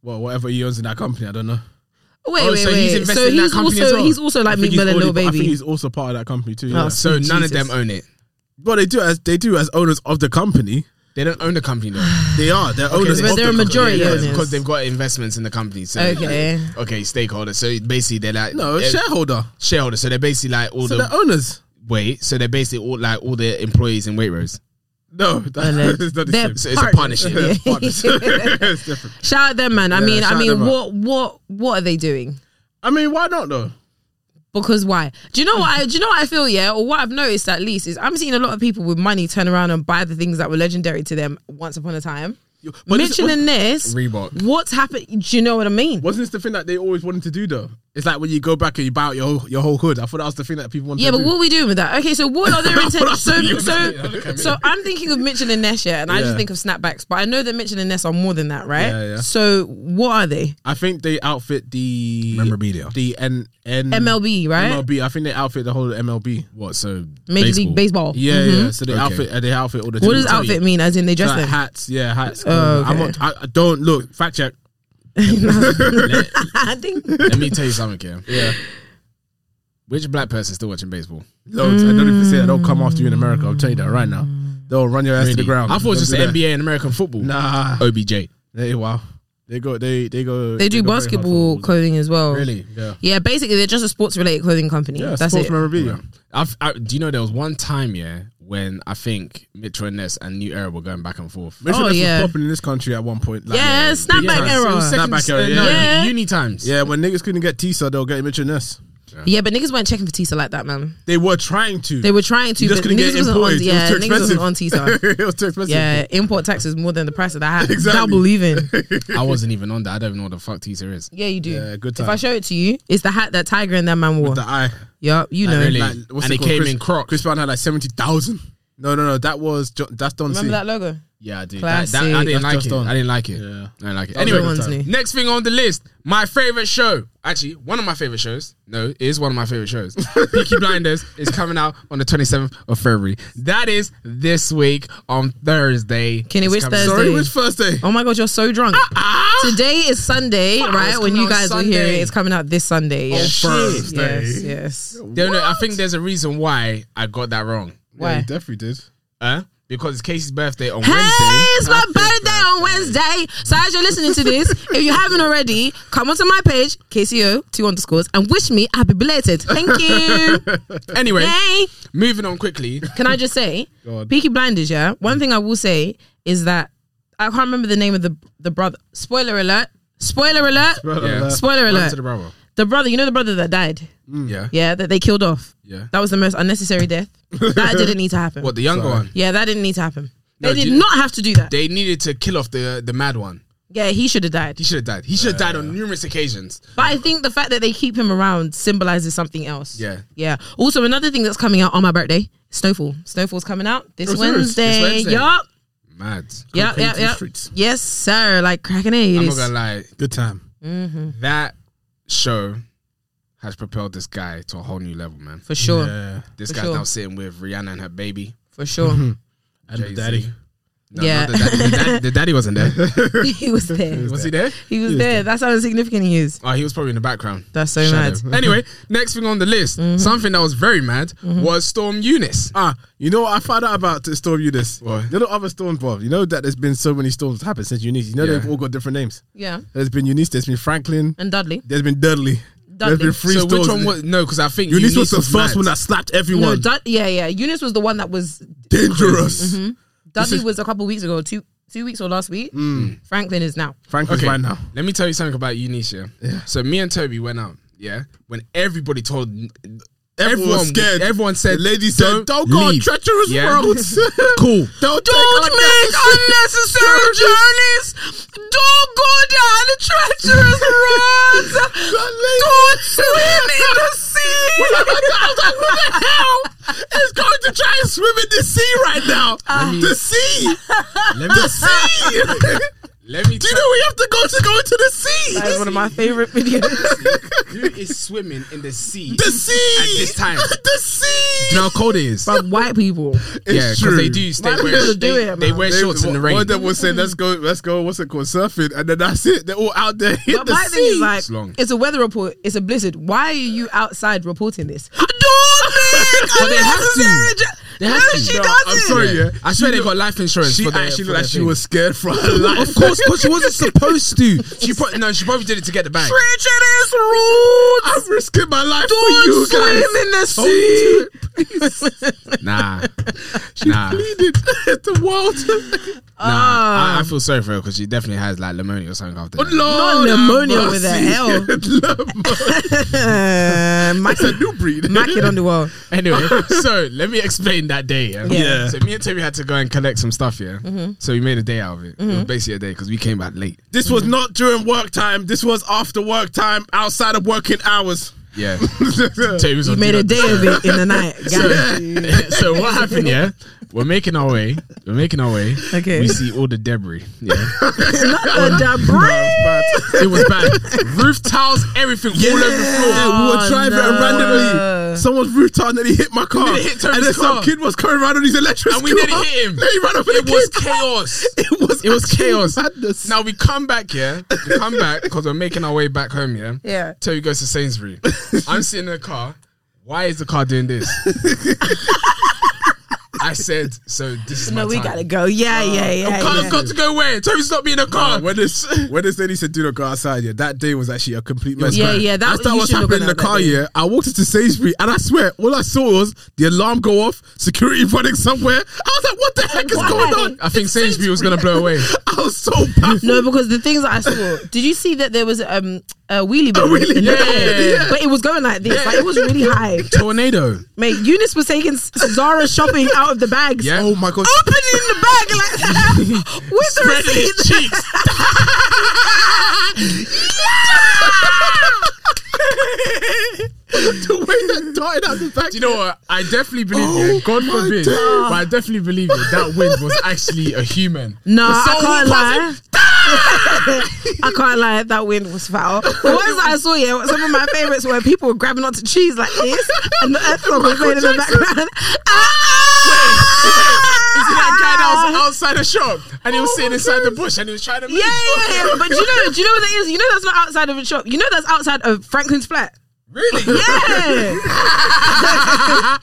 Speaker 3: Well, whatever he owns in that company, I don't know.
Speaker 1: Wait,
Speaker 2: Oh,
Speaker 1: wait,
Speaker 2: so
Speaker 1: wait.
Speaker 2: he's invested
Speaker 1: so
Speaker 2: in that
Speaker 1: he's
Speaker 2: company
Speaker 1: also
Speaker 2: as well?
Speaker 1: he's also
Speaker 3: I
Speaker 1: like
Speaker 3: think
Speaker 1: Meek
Speaker 3: he's
Speaker 1: Mill and
Speaker 3: already-
Speaker 1: Lil
Speaker 3: I think
Speaker 1: Baby.
Speaker 3: he's also part of that company too.
Speaker 1: Oh,
Speaker 3: Yeah.
Speaker 2: So none
Speaker 1: Jesus.
Speaker 2: of them own it.
Speaker 3: Well, they do as they do as owners of the company.
Speaker 2: They don't own the company though.
Speaker 3: They are. They're owners.
Speaker 1: but
Speaker 3: of
Speaker 1: they're
Speaker 3: the
Speaker 1: a
Speaker 3: company.
Speaker 1: majority
Speaker 3: Yeah,
Speaker 1: owners.
Speaker 3: yeah.
Speaker 2: because they've got investments in the company. So
Speaker 1: Okay.
Speaker 2: Okay, stakeholders. So basically, they're like
Speaker 3: No,
Speaker 2: they're
Speaker 3: shareholder.
Speaker 2: shareholders. So they're basically like all
Speaker 3: So
Speaker 2: the
Speaker 3: they're owners.
Speaker 2: wait. So they're basically all like all the employees in Waitrose.
Speaker 3: No, that is not the
Speaker 1: They're
Speaker 3: same.
Speaker 2: So it's a
Speaker 1: partners.
Speaker 2: partnership.
Speaker 1: Yeah.
Speaker 3: It's different.
Speaker 1: Shout out them, man. I
Speaker 3: Yeah,
Speaker 1: mean,
Speaker 3: shout
Speaker 1: I
Speaker 3: out
Speaker 1: mean,
Speaker 3: them out.
Speaker 1: what, what, what are they doing?
Speaker 3: I mean, why not though?
Speaker 1: Because why? Do you know what? I, do you know what I feel? Yeah, or what I've noticed at least is I'm seeing a lot of people with money turn around and buy the things that were legendary to them once upon a time.
Speaker 3: But this-
Speaker 1: Mitchell and Ness,
Speaker 2: Reebok.
Speaker 1: what's happened? Do you know what I mean?
Speaker 3: Wasn't this the thing that they always wanted to do though? It's like when you go back and you buy out your whole, your whole hood. I thought that was the thing that people wanted
Speaker 1: Yeah,
Speaker 3: to
Speaker 1: but
Speaker 3: do.
Speaker 1: what are we doing with that? Okay, so what are their intentions? so, so,
Speaker 2: Okay.
Speaker 1: so I'm thinking of Mitchell and Ness, yeah, and I just
Speaker 3: Yeah.
Speaker 1: think of snapbacks, but I know that Mitchell and Ness are more than that, right?
Speaker 3: Yeah, Mm. yeah.
Speaker 1: So what are they?
Speaker 3: I think they outfit the
Speaker 2: Memorabilia.
Speaker 3: the N, N
Speaker 1: MLB, right?
Speaker 3: MLB. I think they outfit the whole MLB.
Speaker 2: What? So
Speaker 1: Major League Baseball.
Speaker 3: Yeah, yeah. So they
Speaker 2: Okay.
Speaker 3: outfit uh, they outfit all the.
Speaker 1: Mm-hmm. What
Speaker 3: teams,
Speaker 1: does
Speaker 3: I tell you.
Speaker 1: outfit mean? As in they dress
Speaker 3: Like
Speaker 1: them?
Speaker 3: hats, yeah, hats.
Speaker 1: Oh,
Speaker 3: I'm
Speaker 1: okay.
Speaker 3: not, I, I don't look. Fact check.
Speaker 1: I think
Speaker 2: Let me tell you something, Kim.
Speaker 3: Yeah,
Speaker 2: Which black person still watching baseball?
Speaker 3: loads. I don't even say that. They'll come after you in America. I'll tell you that right now. They'll run your ass to the
Speaker 2: Really?
Speaker 3: ground.
Speaker 2: I thought it was just
Speaker 3: They'll
Speaker 2: the
Speaker 3: do that.
Speaker 2: NBA and American football.
Speaker 3: Nah,
Speaker 2: OBJ.
Speaker 3: they wow. They go. They they go.
Speaker 1: they do
Speaker 3: go very hard for
Speaker 1: basketball
Speaker 3: balls.
Speaker 1: clothing as well.
Speaker 2: Really?
Speaker 3: Yeah.
Speaker 1: Yeah, basically they're just a sports related clothing company.
Speaker 3: Yeah,
Speaker 1: That's
Speaker 3: sports
Speaker 1: it. Oh,
Speaker 3: memorabilia.
Speaker 2: I've, I, do you know there was one time, yeah, when I think Mitchell and Ness and New Era were going back and forth.
Speaker 3: Make sure
Speaker 1: Oh,
Speaker 3: this
Speaker 1: yeah.
Speaker 3: was popping in this country at one point. Like,
Speaker 1: Yeah, snapback
Speaker 2: Yeah, it
Speaker 1: era.
Speaker 2: was second-
Speaker 3: Snapback era,
Speaker 2: uh,
Speaker 3: yeah.
Speaker 2: no,
Speaker 1: Yeah.
Speaker 2: Uni times.
Speaker 3: Yeah, when niggas couldn't get Tisa, they'll get Mitchell Ness.
Speaker 1: yeah, but niggas weren't checking for Tisa like that, man.
Speaker 3: They were trying to.
Speaker 1: They were trying to,
Speaker 3: You just
Speaker 1: but
Speaker 3: couldn't
Speaker 1: niggas
Speaker 3: get
Speaker 1: wasn't on.
Speaker 3: employed.
Speaker 1: Yeah,
Speaker 3: it was too
Speaker 1: niggas wasn't
Speaker 3: expensive.
Speaker 1: on Tisa.
Speaker 3: it was too expensive.
Speaker 1: Yeah, import tax is more than the price of that hat.
Speaker 3: Exactly.
Speaker 1: Double even.
Speaker 2: I wasn't even on that. I don't even know what the fuck teaser is.
Speaker 1: Yeah, you do.
Speaker 3: Yeah, good
Speaker 1: If
Speaker 3: time.
Speaker 1: I show it to you, it's the hat that Tiger and that man wore.
Speaker 3: The eye.
Speaker 1: Yup, you know.
Speaker 2: really?
Speaker 3: Like, what's
Speaker 2: And it
Speaker 3: called?
Speaker 2: came
Speaker 3: Chris-
Speaker 2: in Crocs.
Speaker 3: Chris Brown had like seventy thousand. No, no, no. That was Jo- that's Don C.
Speaker 1: Remember that logo?
Speaker 2: Yeah, I did.
Speaker 1: Classic.
Speaker 2: That, that, I didn't
Speaker 3: That's
Speaker 2: like
Speaker 3: just
Speaker 2: it.
Speaker 3: on.
Speaker 2: I didn't like it.
Speaker 3: Yeah.
Speaker 2: I didn't like it.
Speaker 3: That was
Speaker 2: Anyway,
Speaker 1: Good ones, Nick.
Speaker 2: next thing on the list, my favorite show. Actually, one of my favorite shows. No, it is one of my favorite shows. Peaky Blinders is coming out on the 27th of February. That is this week on Thursday.
Speaker 1: Kenny,
Speaker 2: It's
Speaker 1: which
Speaker 2: coming-
Speaker 1: Thursday?
Speaker 3: Sorry, which Thursday?
Speaker 1: Oh my god, you're so drunk. Today is Sunday, right?
Speaker 2: ah. it's
Speaker 1: When
Speaker 2: coming
Speaker 1: you
Speaker 2: out
Speaker 1: guys will hear
Speaker 2: Sunday.
Speaker 1: it, it's coming out this Sunday. Yes.
Speaker 3: Thursday.
Speaker 1: yes, yes.
Speaker 2: Don't know, I think there's a reason why I got that wrong.
Speaker 1: Why?
Speaker 3: definitely did.
Speaker 2: Huh? because it's Casey's birthday on
Speaker 1: Hey,
Speaker 2: Wednesday.
Speaker 1: it's my birthday on Wednesday. So as you're listening to this, if you haven't already, come onto my page, KCO two underscores, and wish me happy belated. Thank you.
Speaker 2: Anyway,
Speaker 1: Yay.
Speaker 2: moving on quickly.
Speaker 1: Can I just say,
Speaker 2: Go on.
Speaker 1: Peaky Blinders? Yeah. One thing I will say is that I can't remember the name of the the brother. Spoiler alert! Spoiler alert!
Speaker 2: Yeah.
Speaker 1: Spoiler
Speaker 2: Run
Speaker 1: alert!
Speaker 2: to the brother.
Speaker 1: The brother, you know the brother that died.
Speaker 2: Yeah.
Speaker 1: Yeah, that they killed off.
Speaker 2: Yeah.
Speaker 1: That was the most unnecessary death. That didn't need to happen.
Speaker 2: What the younger
Speaker 3: Sorry.
Speaker 2: one?
Speaker 1: Yeah, that didn't need to happen. They
Speaker 2: No, do
Speaker 1: did
Speaker 2: you-
Speaker 1: not have to do that.
Speaker 2: They needed to kill off the the mad one.
Speaker 1: yeah, he should have died.
Speaker 2: He should have died. He should have died on numerous occasions.
Speaker 1: But I think the fact that they keep him around symbolizes something else.
Speaker 2: Yeah.
Speaker 1: Yeah. Also, another thing that's coming out on my birthday, Snowfall. Snowfall's coming out this
Speaker 2: Oh, serious? This
Speaker 1: Wednesday.
Speaker 2: Wednesday?
Speaker 1: Yup.
Speaker 2: Mad.
Speaker 1: Yup,
Speaker 3: Cocaine
Speaker 1: yup,
Speaker 3: to the
Speaker 1: yup.
Speaker 3: streets.
Speaker 1: Yes, sir. Like cracking
Speaker 2: I'm
Speaker 1: it.
Speaker 2: not gonna lie.
Speaker 3: Good time.
Speaker 2: That show has propelled this guy to a whole new level, man.
Speaker 1: For sure.
Speaker 3: Yeah.
Speaker 2: This
Speaker 1: For
Speaker 2: guy's
Speaker 1: sure.
Speaker 2: now sitting with Rihanna and her baby.
Speaker 1: For sure.
Speaker 3: And the
Speaker 2: Jay-Z.
Speaker 3: daddy.
Speaker 2: No,
Speaker 1: Yeah.
Speaker 2: no, the, daddy, the, daddy, the daddy wasn't there.
Speaker 1: he was there.
Speaker 2: Was he there?
Speaker 1: He was there. That's how insignificant he is.
Speaker 2: Oh, he was probably in the background.
Speaker 1: That's so
Speaker 2: Shadow.
Speaker 1: mad.
Speaker 2: anyway, next thing on the list, something that was very mad was Storm Eunice.
Speaker 3: Mm-hmm. Ah, you know what I found out about the storm you this?
Speaker 2: What?
Speaker 3: You know the other storm, bro. You know that there's been so many storms that happened since Eunice. You know
Speaker 2: Yeah.
Speaker 3: they've all got different names.
Speaker 1: Yeah.
Speaker 3: There's been Eunice, there's been Franklin,
Speaker 1: And Dudley.
Speaker 3: there's been Dudley. There's
Speaker 1: Dudley.
Speaker 3: been three
Speaker 2: so
Speaker 3: storms.
Speaker 2: which one was no? Because I think
Speaker 3: Eunice, was the first
Speaker 2: mad.
Speaker 3: one that slapped
Speaker 1: No,
Speaker 3: everyone.
Speaker 1: Dud- yeah, yeah. Eunice was the one that was
Speaker 3: Dangerous.
Speaker 1: Mm-hmm. Dudley was a couple weeks ago, two two weeks or last week. Franklin is now.
Speaker 3: Franklin's
Speaker 2: Okay.
Speaker 3: right now.
Speaker 2: Let me tell you something about Eunice. Yeah? So me and Toby went out. Yeah. When everybody told everyone,
Speaker 3: Everyone was scared.
Speaker 2: Everyone said,
Speaker 3: The lady said, "Don't go on treacherous
Speaker 2: roads."
Speaker 3: cool.
Speaker 2: Don't,
Speaker 1: Don't make unnecessary journeys. Don't go down the treacherous roads. Don't swim in the sea.
Speaker 3: It's going to try and swim in the sea right now. the sea.
Speaker 2: Let me
Speaker 3: sea.
Speaker 2: let me.
Speaker 3: Do you know we have to go to go into the sea?
Speaker 1: That is one of my favorite videos.
Speaker 2: who is swimming in the sea?
Speaker 3: The sea.
Speaker 2: At this time.
Speaker 3: The sea.
Speaker 2: Do you know how cold it is?
Speaker 1: From white people.
Speaker 2: yeah, because
Speaker 3: true.
Speaker 2: they do. They
Speaker 1: Why do
Speaker 2: wear,
Speaker 1: people
Speaker 2: they,
Speaker 1: do it,
Speaker 2: they
Speaker 1: man?
Speaker 2: wear shorts in the rain.
Speaker 3: One of them was saying, "Let's go, let's go." What's it called? Surfing, and then that's it. They're all out there in
Speaker 1: But
Speaker 3: the
Speaker 1: my
Speaker 3: sea.
Speaker 1: thing is like,
Speaker 2: It's long.
Speaker 1: it's a weather report. It's a blizzard. Why are you outside reporting this? Don't make
Speaker 2: But they have to.
Speaker 1: unnecessary jo-
Speaker 2: They have
Speaker 1: no,
Speaker 2: to.
Speaker 1: she
Speaker 2: No,
Speaker 1: doesn't.
Speaker 3: I'm sorry, yeah.
Speaker 2: I swear they got life insurance.
Speaker 3: She
Speaker 2: for their,
Speaker 3: actually
Speaker 2: for
Speaker 3: looked like
Speaker 2: their
Speaker 3: she
Speaker 2: thing.
Speaker 3: was scared for her life.
Speaker 2: Of course, because she wasn't supposed to. She probably no, she probably did it to get the bag.
Speaker 1: Treacherous roads.
Speaker 3: I'm risking my life
Speaker 1: Don't
Speaker 3: for you
Speaker 1: swim
Speaker 3: guys.
Speaker 1: in the sea.
Speaker 2: Nah, nah, nah.
Speaker 3: Pleaded the world.
Speaker 2: I,
Speaker 3: Ah.
Speaker 2: I feel sorry for her because she definitely has like pneumonia or something after that.
Speaker 1: Not
Speaker 3: have
Speaker 1: pneumonia with a
Speaker 3: mercy.
Speaker 1: L.
Speaker 3: Oh, Lord
Speaker 1: Uh,
Speaker 3: It's a new breed.
Speaker 1: Mac it on the wall.
Speaker 2: Anyway, so let me explain that day. Yeah?
Speaker 1: Yeah. Mm-hmm.
Speaker 2: So me and Toby had to go and collect some stuff. Yeah. So we made a day out of it. It was basically a day because we came back late.
Speaker 3: This was not during work time. This was after work time, outside of working hours.
Speaker 2: Yeah. Toby was
Speaker 1: You
Speaker 2: on
Speaker 1: made
Speaker 2: do
Speaker 1: a
Speaker 2: not
Speaker 1: day of it in the night. Got it.
Speaker 2: so what happened? Yeah, we're making our way. We're making our way.
Speaker 1: Okay.
Speaker 2: We see all the debris. Yeah,
Speaker 1: Not the debris.
Speaker 2: it was bad. Roof tiles, everything all over the floor.
Speaker 3: Yeah, we
Speaker 1: Oh,
Speaker 3: were driving
Speaker 1: no.
Speaker 3: and randomly someone's roof tile nearly hit my car.
Speaker 2: Nearly hit Toby's
Speaker 3: and then
Speaker 2: car.
Speaker 3: some kid was coming around on his electric
Speaker 2: And we
Speaker 3: scooter.
Speaker 2: nearly hit him.
Speaker 3: No, he ran up
Speaker 2: It
Speaker 3: and
Speaker 2: was chaos.
Speaker 3: It was
Speaker 2: It was
Speaker 3: actually
Speaker 2: chaos.
Speaker 3: Madness.
Speaker 2: Now we come back, yeah. We come back because we're making our way back home, yeah.
Speaker 1: Yeah.
Speaker 2: Toby goes to Sainsbury. I'm sitting in the car. Why is the car doing this? I said, so this is my
Speaker 1: No, we
Speaker 2: time.
Speaker 1: gotta go. Yeah, yeah, yeah.
Speaker 2: Car's
Speaker 1: yeah.
Speaker 2: got to go where? Toby's not being in the car.
Speaker 3: when this when this lady said do not go outside, yeah, that day was actually a complete mess.
Speaker 1: Yeah,
Speaker 3: man.
Speaker 1: yeah, that-
Speaker 3: after
Speaker 1: you
Speaker 3: what's
Speaker 1: shouldn't have
Speaker 3: happening
Speaker 1: gone out
Speaker 3: in the
Speaker 1: that
Speaker 3: car,
Speaker 1: day.
Speaker 3: yeah, I walked into Sainsbury and I swear, all I saw was the alarm go off, security running somewhere. I was like, what the heck is
Speaker 1: Why?
Speaker 3: going on?
Speaker 2: I think Sainsbury was gonna blow away.
Speaker 3: I was so baffled.
Speaker 1: No, because the things that I saw. Did you see that there was um a wheelie bin?
Speaker 3: wheelie
Speaker 1: in the
Speaker 3: bin,
Speaker 1: car?
Speaker 2: yeah.
Speaker 1: But it was going like this. Like it was really high.
Speaker 2: Tornado.
Speaker 1: Mate, Eunice was taking S- Zara shopping out of the bags.
Speaker 2: Yeah.
Speaker 3: Oh my god.
Speaker 1: Opening the bag like that. With the
Speaker 2: Spreading his
Speaker 1: receipt.
Speaker 2: cheeks.
Speaker 3: the way that darted out the back.
Speaker 2: Do you know what? I definitely believe
Speaker 3: Oh
Speaker 2: you. God forbid, but I definitely believe you. That wind was actually a human.
Speaker 1: No, I
Speaker 2: someone
Speaker 1: can't lie. I can't lie. That wind was foul. The ones that I saw, yeah, some of my favorites were people were grabbing onto cheese like this, and the earth song was playing in the background.
Speaker 2: Is it that guy that was outside the shop
Speaker 3: Oh
Speaker 2: and he was sitting inside the bush and he was trying to move?
Speaker 1: Ah! Yeah, yeah, yeah. But you know, do you know what that is? You know that's not outside of a shop. You know that's outside of Franklin's flat.
Speaker 2: Really?
Speaker 1: Yeah.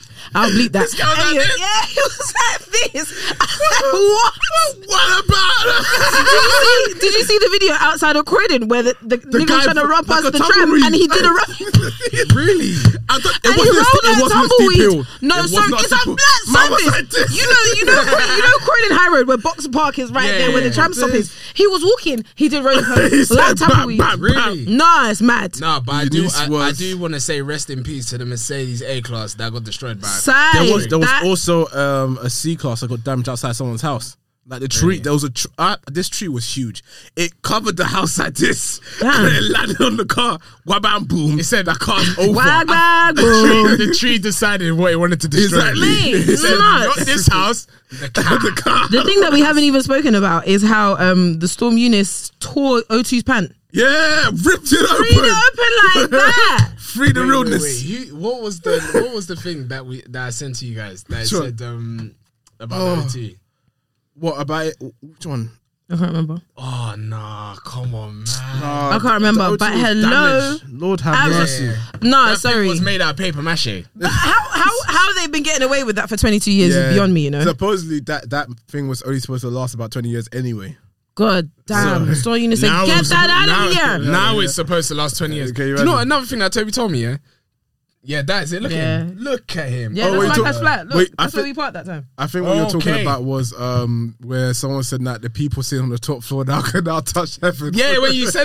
Speaker 1: I'll bleep that.
Speaker 2: was like
Speaker 1: Anyway,
Speaker 2: this?
Speaker 1: yeah, he was like this. I was like, what?
Speaker 2: what about
Speaker 1: Did you, see, did you see the video outside of Croydon where the, the, nigga
Speaker 3: guy
Speaker 1: was trying to run
Speaker 3: with
Speaker 1: past
Speaker 3: the
Speaker 1: the tram
Speaker 3: tumbleweed.
Speaker 1: and he did a run?
Speaker 2: Really? I thought
Speaker 1: and he rolled
Speaker 3: wasn't a sti- it
Speaker 1: a
Speaker 3: wasn't a steep hill.
Speaker 1: tumbleweed. No,
Speaker 3: It
Speaker 1: so
Speaker 3: was not
Speaker 1: it's
Speaker 3: a
Speaker 1: a
Speaker 3: steep hill.
Speaker 1: flat
Speaker 3: Man was like
Speaker 1: surface.
Speaker 3: this.
Speaker 1: You know, you know, Croy- you know, Croydon High Road where Box Park is right
Speaker 2: Yeah,
Speaker 1: there, where
Speaker 2: yeah,
Speaker 1: the tram stop
Speaker 2: yeah.
Speaker 1: is. He was walking. He did roll
Speaker 3: He
Speaker 1: a
Speaker 3: said,
Speaker 1: like
Speaker 3: "Bam,
Speaker 1: tumbleweed.
Speaker 3: bam,
Speaker 2: Really?
Speaker 3: bam.
Speaker 1: Nah, it's mad.
Speaker 4: Nah, but I do,
Speaker 3: This
Speaker 4: I, I
Speaker 3: was-
Speaker 4: do want to say rest in peace to the Mercedes A class that got destroyed by.
Speaker 1: Side.
Speaker 3: There was there was
Speaker 1: that,
Speaker 3: also um, a sea class that got damaged outside someone's house. Like the tree, there was a tr- uh, this tree was huge. It covered the house like this,
Speaker 1: Damn.
Speaker 3: and it landed on the car. Wabam boom! It said that car's over.
Speaker 1: Wag, wag,
Speaker 2: the
Speaker 1: boom.
Speaker 2: tree, the tree decided what it wanted to destroy.
Speaker 3: Exactly.
Speaker 1: Mate,
Speaker 2: It said,
Speaker 1: nuts.
Speaker 2: Not this house. The car.
Speaker 3: the car.
Speaker 1: The thing that we haven't even spoken about is how um the Storm Eunice tore O2's pant.
Speaker 3: Yeah, ripped it open.
Speaker 1: Free it open like that.
Speaker 3: Free the
Speaker 4: Wait, wait,
Speaker 3: realness.
Speaker 4: wait, who- what was the what was the thing that we that I sent to you guys that I
Speaker 3: Sure.
Speaker 4: said um about
Speaker 3: Oh.
Speaker 4: the OT?
Speaker 3: What about it? Which one?
Speaker 1: I can't remember.
Speaker 4: Oh nah, come on, man.
Speaker 1: I can't remember.
Speaker 3: The
Speaker 1: But
Speaker 3: O2 was
Speaker 1: hello.
Speaker 3: damaged. Uh, Lord have
Speaker 1: I was-
Speaker 3: mercy.
Speaker 1: No,
Speaker 4: That thing
Speaker 1: sorry.
Speaker 4: was made out of paper mache.
Speaker 1: But how how how they've been getting away with that for 22 years is beyond me, you know.
Speaker 3: Supposedly that that thing was only supposed to last about twenty years anyway.
Speaker 1: God damn, so, Storm Eunice, said, get
Speaker 2: it's-
Speaker 1: that out
Speaker 2: now,
Speaker 1: of here.
Speaker 2: Now it's supposed to last 20 years.
Speaker 3: Okay,
Speaker 2: Do
Speaker 3: you
Speaker 2: you know
Speaker 3: ready?
Speaker 2: another thing that Toby told me, yeah? Yeah, that's it. Look
Speaker 1: Yeah.
Speaker 2: at him. Look at him.
Speaker 1: Yeah,
Speaker 3: Oh, wait,
Speaker 1: that's
Speaker 3: to-
Speaker 1: my cash flat. Look,
Speaker 3: wait, I
Speaker 1: that's where
Speaker 3: thi-
Speaker 1: we parked that time.
Speaker 3: I think what you're talking
Speaker 2: Okay.
Speaker 3: about was um where someone said that the people sitting on the top floor now can now touch heaven.
Speaker 2: Yeah, when you said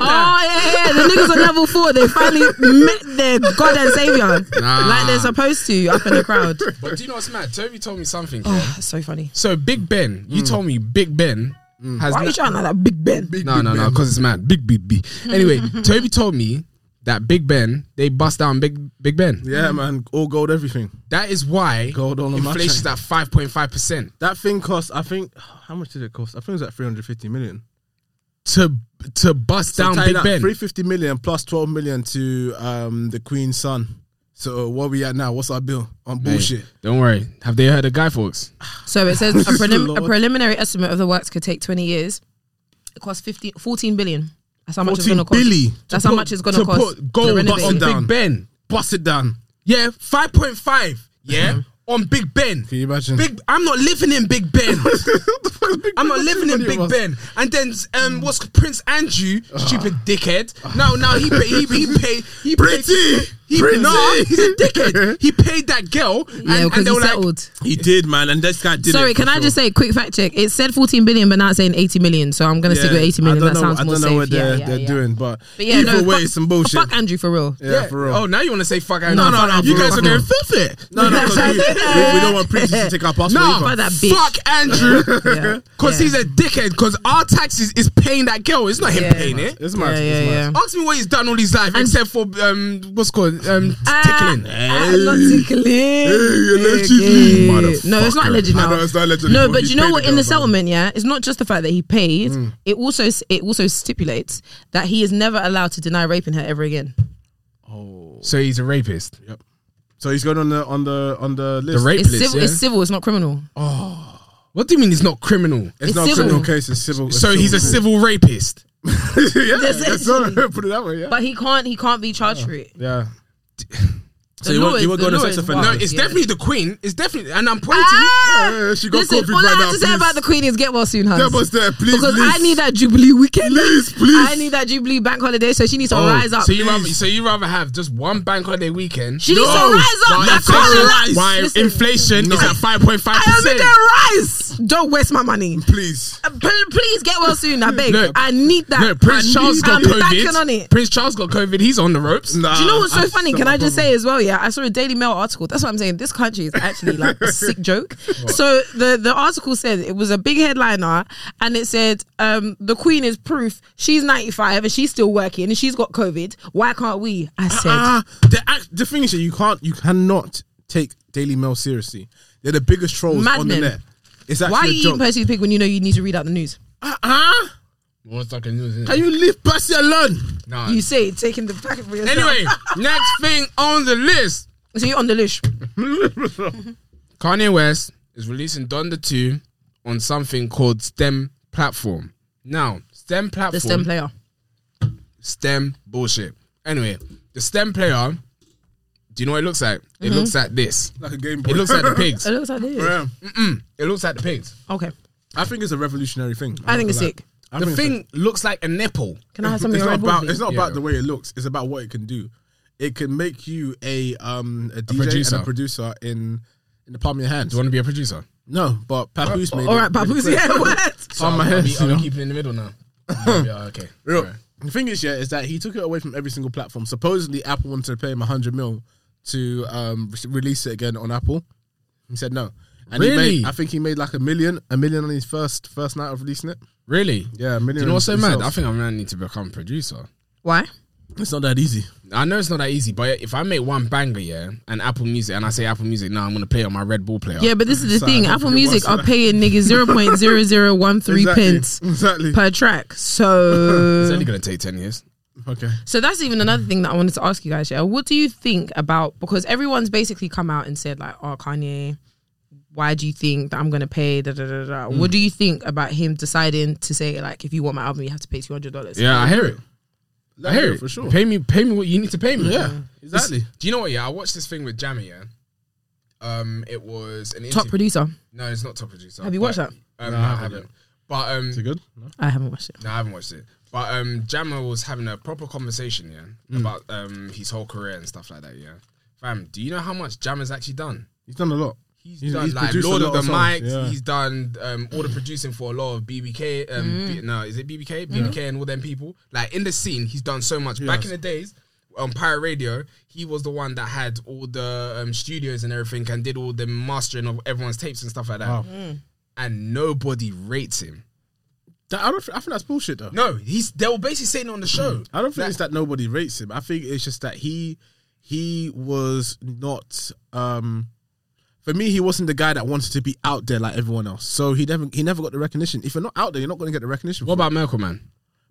Speaker 2: that.
Speaker 1: Oh yeah, yeah. The niggas on level four, they finally met their God and Savior,
Speaker 2: Nah.
Speaker 1: like they're supposed to, up in the crowd.
Speaker 4: But do you know what's mad? Toby told me something. yeah.
Speaker 1: Oh, that's so funny.
Speaker 2: So Big Ben, you told me Big Ben has
Speaker 1: Why are
Speaker 2: na-
Speaker 1: you trying like that, Big Ben?
Speaker 3: Big,
Speaker 2: no,
Speaker 3: big
Speaker 2: no, no,
Speaker 3: man.
Speaker 2: because it's mad. Big, big, big. Anyway, Toby told me that Big Ben they bust down Big Big Ben.
Speaker 1: Mm.
Speaker 3: Yeah, man, all gold, everything.
Speaker 2: That is why
Speaker 3: Gold on the
Speaker 2: inflation's
Speaker 3: matcha.
Speaker 2: at five point five percent
Speaker 3: That thing cost. I think how much did it cost? I think it was like three hundred fifty million.
Speaker 2: to to bust down Big Ben.
Speaker 3: Three fifty million plus twelve million to um the Queen's son. So what we at now? What's our bill on
Speaker 2: Hey,
Speaker 3: bullshit?
Speaker 2: Don't worry. Have they heard of Guy Fawkes?
Speaker 1: So it says a, prelim- a
Speaker 3: Lord.
Speaker 1: preliminary estimate of the works could take 20 years. It costs 15, 14 billion. That's how much it's
Speaker 3: 14
Speaker 1: going to cost.
Speaker 3: billion to
Speaker 1: That's how
Speaker 3: put-
Speaker 1: much it's going to
Speaker 3: to
Speaker 1: cost.
Speaker 3: put gold
Speaker 1: to renovate
Speaker 3: button
Speaker 1: it.
Speaker 2: On
Speaker 3: down.
Speaker 2: Big Ben.
Speaker 3: Bust it down.
Speaker 2: Yeah, five point five. Yeah, on Big Ben.
Speaker 3: Can you imagine?
Speaker 2: Big, I'm not living in Big Ben. I'm not living in
Speaker 3: Everybody
Speaker 2: Big
Speaker 3: was-
Speaker 2: Ben. And then um, what's Prince Andrew?
Speaker 3: Ah.
Speaker 2: Stupid dickhead. No, no, he paid. He, he paid. He
Speaker 3: Pretty!
Speaker 2: paid. He,
Speaker 3: Pretty!
Speaker 2: no, he's a dickhead. He paid that girl. And,
Speaker 1: Yeah,
Speaker 2: and
Speaker 1: because
Speaker 2: they
Speaker 1: he
Speaker 2: were like,
Speaker 1: settled.
Speaker 3: He did, man, and this guy did.
Speaker 1: Sorry,
Speaker 3: it for
Speaker 1: can I
Speaker 3: sure.
Speaker 1: just say quick fact check? It said 14 billion, but now it's saying 80 million. So I'm going to stick with 80 million.
Speaker 3: I
Speaker 1: That
Speaker 3: don't know,
Speaker 1: sounds
Speaker 3: I
Speaker 1: more
Speaker 3: don't know
Speaker 1: safe.
Speaker 3: what
Speaker 1: yeah,
Speaker 3: they're,
Speaker 1: yeah,
Speaker 3: they're
Speaker 1: yeah.
Speaker 3: doing, but,
Speaker 1: But yeah,
Speaker 3: either
Speaker 1: no,
Speaker 3: way,
Speaker 1: fuck-
Speaker 3: it's some bullshit.
Speaker 1: Fuck Andrew for real.
Speaker 3: yeah,
Speaker 2: yeah.
Speaker 3: for real.
Speaker 2: Oh, now you want to say fuck Andrew?
Speaker 3: no, no, no,
Speaker 2: You
Speaker 3: for
Speaker 2: guys
Speaker 3: real,
Speaker 2: are doing
Speaker 3: fuck
Speaker 2: filth it.
Speaker 3: no, no, 'cause we, we, we don't want preachers to take our passport. either.
Speaker 2: No,
Speaker 1: Fuck that bitch.
Speaker 2: fuck Andrew,
Speaker 1: Yeah.
Speaker 2: because
Speaker 1: Yeah.
Speaker 2: he's a dickhead. Because our taxes is paying that girl. It's not him
Speaker 1: Yeah.
Speaker 2: paying it.
Speaker 3: It's mad.
Speaker 1: Yeah,
Speaker 3: it's
Speaker 1: yeah,
Speaker 3: mad.
Speaker 1: yeah.
Speaker 2: Ask me what he's done all his life, except for um, what's it called um,
Speaker 1: Ah,
Speaker 2: tickling.
Speaker 1: ah, not tickling. Okay.
Speaker 3: allegedly.
Speaker 1: No, it's not
Speaker 3: Motherfucker.
Speaker 1: alleged now.
Speaker 3: I know it's not allegedly,
Speaker 1: No,
Speaker 3: but
Speaker 1: but
Speaker 3: he
Speaker 1: you know
Speaker 3: paid
Speaker 1: what?
Speaker 3: the
Speaker 1: In the
Speaker 3: girl, Mm. man.
Speaker 1: settlement, yeah, it's not just the fact that he paid. It also it also stipulates that he is never allowed to deny raping her ever again.
Speaker 2: So he's a rapist.
Speaker 3: So he's going on the on the on the
Speaker 2: The
Speaker 3: list.
Speaker 2: rape
Speaker 1: It's
Speaker 2: list.
Speaker 1: civil.
Speaker 2: yeah?
Speaker 1: It's civil. It's not criminal.
Speaker 3: Oh.
Speaker 2: what do you mean it's not criminal?
Speaker 3: It's,
Speaker 1: it's
Speaker 3: not
Speaker 1: civil.
Speaker 3: a criminal case. It's civil. it's
Speaker 2: So he's a civil rapist.
Speaker 3: yeah, that's
Speaker 1: Essentially.
Speaker 3: not, put it that way. Yeah.
Speaker 1: But he can't. He can't be charged for it.
Speaker 3: yeah.
Speaker 1: So you won't, you won't go to sex offender.
Speaker 2: No, it's definitely the queen. It's definitely, and I'm pointing.
Speaker 3: Ah!
Speaker 1: Ah!
Speaker 3: Yeah, she got
Speaker 1: Listen,
Speaker 3: COVID
Speaker 1: all I
Speaker 3: right
Speaker 1: have
Speaker 3: now,
Speaker 1: to say
Speaker 3: please.
Speaker 1: about the Queen is get well soon, hun.
Speaker 3: Help us there, please.
Speaker 1: Because
Speaker 3: please.
Speaker 1: I need that Jubilee weekend.
Speaker 3: Please, please.
Speaker 1: I need that Jubilee bank holiday, so she needs to
Speaker 2: Oh,
Speaker 1: rise up.
Speaker 2: So you rather, so you rather have just one bank holiday weekend?
Speaker 1: she needs
Speaker 3: No.
Speaker 1: to rise up.
Speaker 2: Why
Speaker 1: I
Speaker 2: inflation,
Speaker 1: can't relax.
Speaker 2: why
Speaker 1: Listen,
Speaker 2: inflation is at five point five
Speaker 1: I only
Speaker 2: percent?
Speaker 1: get rise. Don't waste my money.
Speaker 3: Please.
Speaker 1: Uh, pl- Please get well soon, I beg.
Speaker 2: Look.
Speaker 1: I need that.
Speaker 2: No, Prince
Speaker 1: I
Speaker 2: Charles
Speaker 1: need-
Speaker 2: got
Speaker 1: I'm backing
Speaker 2: COVID.
Speaker 1: on it.
Speaker 2: Prince Charles got COVID. He's on the ropes.
Speaker 3: Nah,
Speaker 1: Do you know what's so
Speaker 3: I-
Speaker 1: funny? Can I just say as well? Yeah, I saw a Daily Mail article. That's what I'm saying. This country is actually like a sick joke. So the the article said it was a big headliner, and it said um, the Queen is proof she's 95 and she's still working and she's got COVID. Why can't we? I said.
Speaker 3: Ah, the act, the thing is, that you can't, you cannot take Daily Mail seriously. They're the biggest trolls on the
Speaker 1: Madmen.
Speaker 3: net. It's actually
Speaker 1: Why are
Speaker 3: a
Speaker 1: you
Speaker 3: joke.
Speaker 1: eating Percy's pig when you know you need to read out the news?
Speaker 3: uh-uh.
Speaker 4: What's like a news?
Speaker 3: Can you leave Percy alone?
Speaker 4: Nah,
Speaker 1: You say it, taking the packet for yourself.
Speaker 2: Anyway, next thing on the list,
Speaker 1: so you're on the leash.
Speaker 2: Kanye West is releasing Donda 2 on something called STEM platform. Now, STEM platform,
Speaker 1: The STEM player.
Speaker 2: STEM bullshit. Anyway, the STEM player Do you know what it looks like? It looks like this.
Speaker 3: Like a game boy.
Speaker 2: It looks like the pigs.
Speaker 1: It looks like this.
Speaker 3: Yeah.
Speaker 2: It looks like the pigs.
Speaker 1: Okay.
Speaker 3: I think it's a revolutionary thing.
Speaker 1: I think it's sick.
Speaker 3: I
Speaker 2: the
Speaker 3: think it's
Speaker 2: thing looks like a nipple.
Speaker 1: Can I have some of
Speaker 3: it's
Speaker 1: your
Speaker 3: not
Speaker 1: Red Bull?
Speaker 3: about
Speaker 1: please?
Speaker 3: it's not
Speaker 2: Yeah.
Speaker 3: about the way it looks. It's about what it can do. It can make you a um a DJ
Speaker 2: producer.
Speaker 3: and a producer in in the palm of your hand.
Speaker 2: Do you want to be a producer?
Speaker 3: No, but Papoose made
Speaker 1: All
Speaker 3: it
Speaker 1: right,
Speaker 3: really
Speaker 1: Papoose.
Speaker 3: clear.
Speaker 1: Yeah, what?
Speaker 2: So
Speaker 3: On my
Speaker 2: are
Speaker 3: head,
Speaker 2: we-
Speaker 3: you
Speaker 2: Are we
Speaker 3: know?
Speaker 2: keeping it in the middle now? Yeah, okay.
Speaker 3: Real. The thing is, yeah, is that he took it away from every single platform. Supposedly, Apple wanted to pay him 100 mil to um, re- release it again on Apple. He said no. And he
Speaker 2: Really?
Speaker 3: made, I think he made like a million, a million on his first first night of releasing it.
Speaker 2: Really?
Speaker 3: Yeah, a million.
Speaker 2: You know what's so
Speaker 3: himself.
Speaker 2: mad? I think I'm gonna need to become a producer.
Speaker 1: Why?
Speaker 3: it's not that easy.
Speaker 2: I know it's not that easy, but if I make one banger, yeah, and Apple Music, and I say Apple Music, now I'm gonna play it on my Red Bull player.
Speaker 1: Yeah, but this is the
Speaker 3: Sorry,
Speaker 1: thing.
Speaker 3: I
Speaker 1: Apple
Speaker 3: forgot
Speaker 1: Music
Speaker 3: what I
Speaker 1: are
Speaker 3: said.
Speaker 1: paying niggas zero point zero zero one three pence
Speaker 3: Exactly.
Speaker 1: per track.
Speaker 2: it's
Speaker 1: So,
Speaker 2: only gonna take ten years.
Speaker 3: Okay.
Speaker 1: so that's even another thing that I wanted to ask you guys. Yeah, what do you think about? Because everyone's basically come out and said like, "Oh, Kanye, why do you think that I'm gonna pay?" Da, da, da, da. What do you think about him deciding to say like, if you want my album, you have to pay two hundred dollars?
Speaker 2: Yeah, I hear it. I hear it
Speaker 3: for sure.
Speaker 2: Pay me, pay me what you need to pay me.
Speaker 3: Yeah, exactly.
Speaker 2: Do you know what? Yeah, I watched this thing with Jamie. Yeah, um, it was an
Speaker 1: Top
Speaker 2: interview-
Speaker 1: producer.
Speaker 2: No, it's not top producer.
Speaker 1: Have you watched
Speaker 2: but- Um, no, I haven't. But um,
Speaker 3: Is it good? No?
Speaker 1: I haven't watched it.
Speaker 2: No, I haven't watched it. But um, Jammer was having a proper conversation,
Speaker 3: Mm.
Speaker 2: yeah, about um his whole career and stuff like that, yeah. Fam, do you know how much Jammer's actually done?
Speaker 3: He's done a lot. He's,
Speaker 2: He's done like
Speaker 3: produced a
Speaker 2: Lord of
Speaker 3: lot
Speaker 2: the
Speaker 3: songs.
Speaker 2: Mics.
Speaker 3: Yeah.
Speaker 2: He's done um, all the producing for a lot of BBK. Um,
Speaker 3: Mm.
Speaker 2: B- no, is it BBK? BBK and all them people. Like in the scene, he's done so much. Back
Speaker 3: has.
Speaker 2: in the days, on Pirate Radio, he was the one that had all the um, studios and everything and did all the mastering of everyone's tapes and stuff like that.
Speaker 3: Wow.
Speaker 2: And nobody rates him.
Speaker 3: That- I don't. thi- I think that's bullshit though.
Speaker 2: No, he's. They were basically saying it on the show.
Speaker 3: I don't think it's that nobody rates him. I think it's just that he he was not um for me he wasn't the guy that wanted to be out there like everyone else. So he never he never got the recognition. If you're not out there, you're not gonna get the recognition.
Speaker 2: What
Speaker 3: Well,
Speaker 2: about Merkel, man?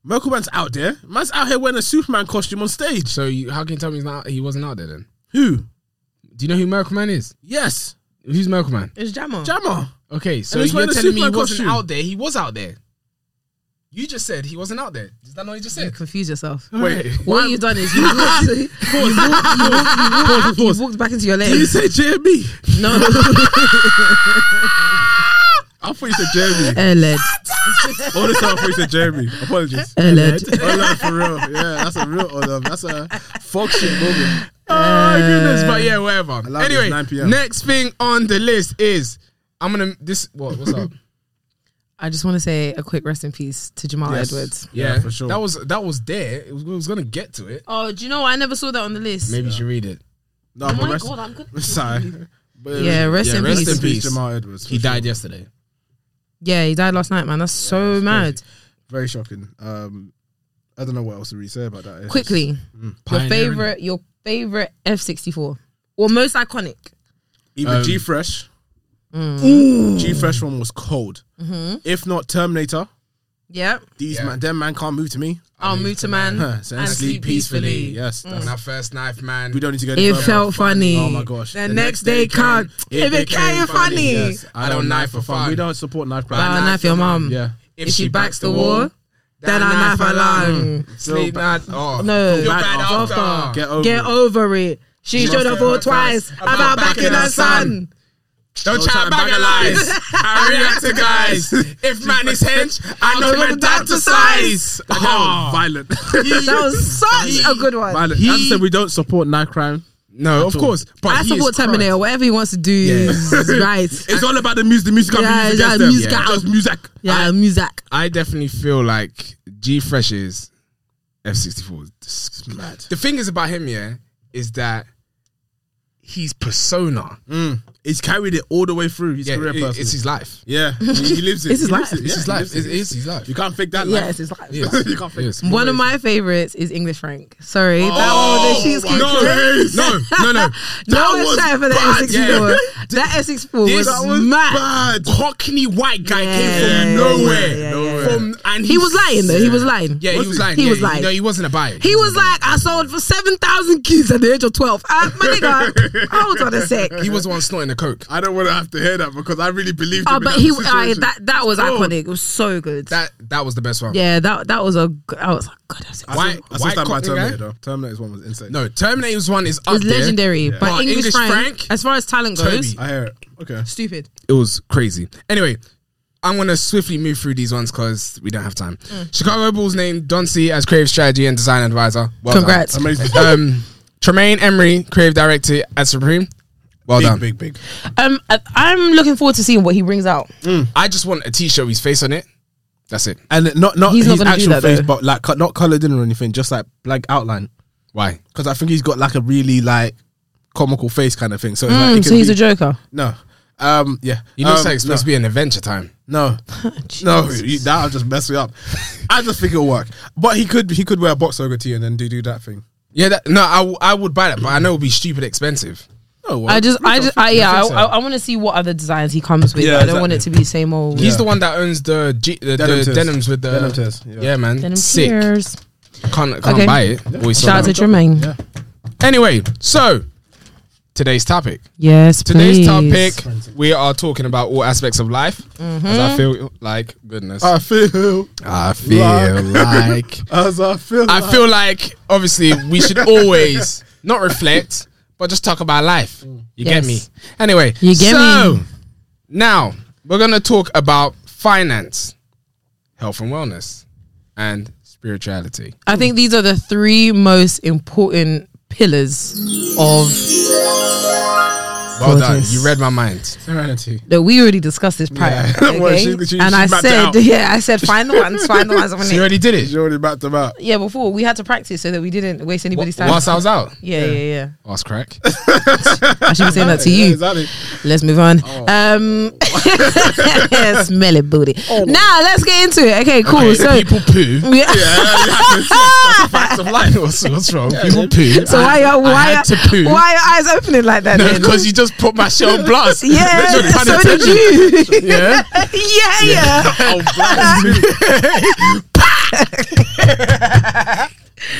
Speaker 3: Merkel Man's out there. Man's out here wearing a Superman costume on stage.
Speaker 2: So you, how can you tell me he's not? He wasn't out there then.
Speaker 3: Who?
Speaker 2: Do you know who Merkel Man is?
Speaker 3: Yes.
Speaker 2: Who's Merkel Man?
Speaker 1: It's Jammer.
Speaker 3: Jammer.
Speaker 2: Okay, so
Speaker 3: And he's
Speaker 2: you're
Speaker 3: wearing a
Speaker 2: telling me he
Speaker 3: Superman
Speaker 2: wasn't
Speaker 3: costume.
Speaker 2: out there. He was out there. You just said he wasn't out there. Is that not what you just
Speaker 1: You
Speaker 2: said?
Speaker 1: confuse yourself.
Speaker 3: Wait.
Speaker 1: What you've done is you walked, you walked, you walked, you walked back into your
Speaker 3: Did you
Speaker 1: legs.
Speaker 3: say Jeremy?
Speaker 1: No,
Speaker 3: I thought you said Jeremy.
Speaker 1: Eled,
Speaker 3: All this time I thought you said Jeremy. Apologies.
Speaker 1: Eled.
Speaker 3: Oh no, for real. Yeah, that's a real oh no, that's a fuck shit moment. Oh my goodness,
Speaker 2: But yeah, whatever.
Speaker 3: love it.
Speaker 2: Anyway,
Speaker 3: 9 p.m.
Speaker 2: next thing on the list is I'm gonna this. What? What's up?
Speaker 1: I just want to say a quick rest in peace to Jamal
Speaker 3: Yes.
Speaker 1: Edwards.
Speaker 2: yeah,
Speaker 3: for sure.
Speaker 2: That was that was there. It was, we was gonna get to it.
Speaker 1: Oh, do you know what? I never saw that on the list.
Speaker 2: Maybe you should read it.
Speaker 3: No,
Speaker 1: Oh
Speaker 3: but
Speaker 1: my
Speaker 3: rest-
Speaker 1: god, I'm good.
Speaker 3: Sorry. But
Speaker 1: Yeah, rest
Speaker 2: yeah,
Speaker 1: in
Speaker 2: rest
Speaker 1: peace.
Speaker 2: in peace.
Speaker 3: Jamal Edwards. for
Speaker 2: He died
Speaker 3: sure.
Speaker 2: yesterday.
Speaker 1: Yeah, he died last night, man. That's so mad.
Speaker 3: Very shocking. Um, I don't know what else to really say about that. It's
Speaker 1: Quickly, your
Speaker 2: Pioneering.
Speaker 1: favorite, your favorite F64, or most iconic.
Speaker 3: just- either
Speaker 2: Um,
Speaker 3: G Fresh.
Speaker 1: Mm.
Speaker 3: G Fresh one was cold.
Speaker 1: Mm-hmm.
Speaker 3: If not Terminator,
Speaker 1: Yeah,
Speaker 3: these
Speaker 2: Yeah.
Speaker 3: man, them man can't move to me.
Speaker 1: I'll move to man
Speaker 3: Huh, so
Speaker 1: and sleep peacefully. Mm.
Speaker 3: Yes,
Speaker 2: And
Speaker 3: that's,
Speaker 2: our first knife, man.
Speaker 3: we don't need to go. any
Speaker 1: It
Speaker 3: further.
Speaker 1: felt funny.
Speaker 3: Oh my gosh.
Speaker 1: The, next day came. It became funny.
Speaker 3: Yes,
Speaker 2: I don't knife for fun.
Speaker 3: We don't support knife crime.
Speaker 1: I'll knife your mum.
Speaker 3: Yeah.
Speaker 1: If she backs the wall, then I knife her long.
Speaker 2: Sleep not. Oh,
Speaker 1: No.
Speaker 2: Feel
Speaker 1: Back
Speaker 2: bad
Speaker 1: off.
Speaker 2: after.
Speaker 1: Off.
Speaker 3: Get over.
Speaker 1: Get
Speaker 3: it.
Speaker 1: over it. She should have fought twice about backing her son.
Speaker 2: Don't try to bag a lies. I react to guys. If man is hench, I know when down to size.
Speaker 3: Oh,
Speaker 2: Oh,
Speaker 3: violent.
Speaker 1: That was such a good one.
Speaker 3: violent. As I said, we don't support knife crime.
Speaker 2: no, of course. But
Speaker 1: I
Speaker 2: he
Speaker 1: support
Speaker 2: is correct.
Speaker 1: Terminator. Whatever he wants to do is right.
Speaker 3: It's all about the music. The music.
Speaker 1: Yeah,
Speaker 3: Yeah,
Speaker 1: yeah,
Speaker 3: yeah, music.
Speaker 1: music.
Speaker 3: Yeah. Just music.
Speaker 1: Yeah, music.
Speaker 2: I definitely feel like G Fresh's F64 is dis-
Speaker 3: Mad.
Speaker 2: The thing is about him, yeah, is that he's persona.
Speaker 3: Mm. He's carried it all the way through his
Speaker 2: Yeah,
Speaker 3: career.
Speaker 2: it-
Speaker 3: personally.
Speaker 2: it's his life.
Speaker 3: yeah, he lives it.
Speaker 1: It's his
Speaker 3: He lives
Speaker 1: life.
Speaker 3: it.
Speaker 2: It's
Speaker 3: Yeah,
Speaker 2: his
Speaker 3: he
Speaker 2: life.
Speaker 3: lives
Speaker 2: It
Speaker 3: it.
Speaker 2: is his life.
Speaker 3: You can't fake that.
Speaker 1: Yes,
Speaker 3: life.
Speaker 1: it's like
Speaker 2: Yes.
Speaker 3: You can't fake
Speaker 2: Yes.
Speaker 1: one of my favorites is English Frank. Sorry, that
Speaker 3: oh,
Speaker 1: one, Oh, the cheesecake.
Speaker 2: no, no, no, no.
Speaker 1: No
Speaker 3: was
Speaker 1: one's shy for that
Speaker 3: bad,
Speaker 1: S64. That S64
Speaker 2: This
Speaker 1: was mad.
Speaker 2: Cockney white guy
Speaker 1: Yeah,
Speaker 2: came from
Speaker 1: yeah,
Speaker 2: nowhere.
Speaker 1: yeah, yeah,
Speaker 2: From Um, and
Speaker 1: He was lying though. He was lying.
Speaker 2: Yeah, he was lying.
Speaker 1: He
Speaker 2: yeah,
Speaker 1: was lying.
Speaker 2: No, he wasn't a buyer.
Speaker 1: He was like, I sold for 7,000 kids at the age of 12. Uh, my nigga, hold on a sec.
Speaker 2: He was the one snorting the coke.
Speaker 3: I don't want to have to hear that because I really believed.
Speaker 1: Oh,
Speaker 3: him
Speaker 1: but
Speaker 3: in
Speaker 1: he,
Speaker 3: that
Speaker 1: I,
Speaker 3: situation.
Speaker 1: that, that was iconic. It was so good.
Speaker 2: That that was the best one.
Speaker 1: yeah, that that was a. g- I was like, God, that's
Speaker 3: I
Speaker 1: it.
Speaker 3: still-
Speaker 2: Why-
Speaker 3: I
Speaker 2: why
Speaker 3: still stand by
Speaker 2: Cockney
Speaker 3: Terminator
Speaker 2: guy?
Speaker 3: though. Terminator's one was insane.
Speaker 2: No, Terminator's one is up
Speaker 1: It's
Speaker 2: there.
Speaker 1: legendary. But
Speaker 2: But
Speaker 1: English,
Speaker 2: English
Speaker 1: Frank,
Speaker 2: Frank,
Speaker 1: as far as talent goes,
Speaker 2: Toby.
Speaker 3: I hear it. Okay.
Speaker 1: stupid.
Speaker 2: It was crazy. Anyway, I'm gonna swiftly move through these ones because we don't have time.
Speaker 1: Mm.
Speaker 2: Chicago Bulls named Don C as creative strategy and design advisor. Well done.
Speaker 1: Congrats.
Speaker 3: Amazing.
Speaker 2: Um, Tremaine Emery, creative director at Supreme. Well done.
Speaker 3: big, big, big.
Speaker 1: Um, I, I'm looking forward to seeing what he brings out.
Speaker 2: I just want a T-shirt with his face on it. That's it.
Speaker 3: And not not
Speaker 1: He's not
Speaker 3: his
Speaker 1: gonna do
Speaker 3: actual
Speaker 1: that,
Speaker 3: face,
Speaker 1: though.
Speaker 3: but like co- not colored in or anything, just like like outline.
Speaker 2: Why?
Speaker 3: Because I think he's got like a really like comical face kind of thing. So, it's like,
Speaker 1: Mm,
Speaker 3: it
Speaker 1: so
Speaker 3: can
Speaker 1: he's
Speaker 3: be-
Speaker 1: a joker.
Speaker 3: no. Um, yeah,
Speaker 2: You know,
Speaker 3: um,
Speaker 2: it's like supposed to be an adventure time.
Speaker 3: no, no, no, you- that'll just mess me up. I just think it'll work, but he could he could wear a box logo tee and then do do that thing.
Speaker 2: Yeah, that, no, I, w- I would buy that, but I know it would be stupid expensive.
Speaker 3: No, well,
Speaker 1: I just, I just, I, yeah, I,
Speaker 2: so.
Speaker 1: I, want to see what other designs he comes with.
Speaker 3: Yeah,
Speaker 1: I don't want it to
Speaker 3: exactly.
Speaker 1: be same old.
Speaker 2: He's the one that owns the G, the,
Speaker 3: Denim
Speaker 2: the
Speaker 3: tears.
Speaker 2: denims with the
Speaker 3: Denim tears,
Speaker 2: Yeah.
Speaker 3: yeah.
Speaker 2: man,
Speaker 1: Denim
Speaker 2: sick.
Speaker 1: tears.
Speaker 2: Can't can't
Speaker 1: Okay.
Speaker 2: buy it. Always sold
Speaker 1: Shout out to
Speaker 2: out.
Speaker 1: Jermaine.
Speaker 3: Yeah.
Speaker 2: Anyway, so today's topic.
Speaker 1: Yes,
Speaker 2: Today's
Speaker 1: please.
Speaker 2: topic, we are talking about all aspects of life. As
Speaker 1: Mm-hmm.
Speaker 2: I feel like goodness,
Speaker 3: I feel
Speaker 2: I feel like
Speaker 3: as I feel.
Speaker 2: I feel like obviously we should always not reflect, but just talk about life. You get
Speaker 1: Yes.
Speaker 2: me? Anyway,
Speaker 1: You get
Speaker 2: so,
Speaker 1: me.
Speaker 2: Now we're gonna talk about finance, health and wellness, and spirituality.
Speaker 1: I think these are the three most important pillars of
Speaker 2: Well done.
Speaker 1: Gorgeous.
Speaker 2: You read my mind.
Speaker 3: Serenity.
Speaker 1: that we already discussed this prior.
Speaker 3: Yeah.
Speaker 1: Okay?
Speaker 3: Well, she- she- she
Speaker 1: and I
Speaker 3: mapped it
Speaker 1: said,
Speaker 3: out.
Speaker 1: yeah, I said, find the ones, find the ones. I'm
Speaker 2: So you
Speaker 1: gonna,
Speaker 2: already did it
Speaker 3: You already backed them out.
Speaker 1: yeah, before we had to practice so that we didn't waste anybody's time.
Speaker 2: whilst I was out.
Speaker 1: yeah, yeah, yeah.
Speaker 2: Ask crack.
Speaker 1: I should be saying that to
Speaker 3: Yeah,
Speaker 1: you.
Speaker 3: exactly.
Speaker 1: Let's move on.
Speaker 2: Oh.
Speaker 1: Um, smelly booty. Now let's get into it. Okay, cool.
Speaker 2: Okay,
Speaker 1: so,
Speaker 2: people poo.
Speaker 1: yeah.
Speaker 2: Facts of life. What's, what's wrong? people poo.
Speaker 1: so why are
Speaker 2: I
Speaker 1: why
Speaker 2: had to poo.
Speaker 1: are, why are your eyes opening like that? then?
Speaker 2: Because you just put my shit on blast.
Speaker 1: yeah,
Speaker 2: Literally, pun
Speaker 1: so did
Speaker 2: intended.
Speaker 1: you.
Speaker 2: Yeah.
Speaker 1: yeah, yeah.
Speaker 2: Oh, blast.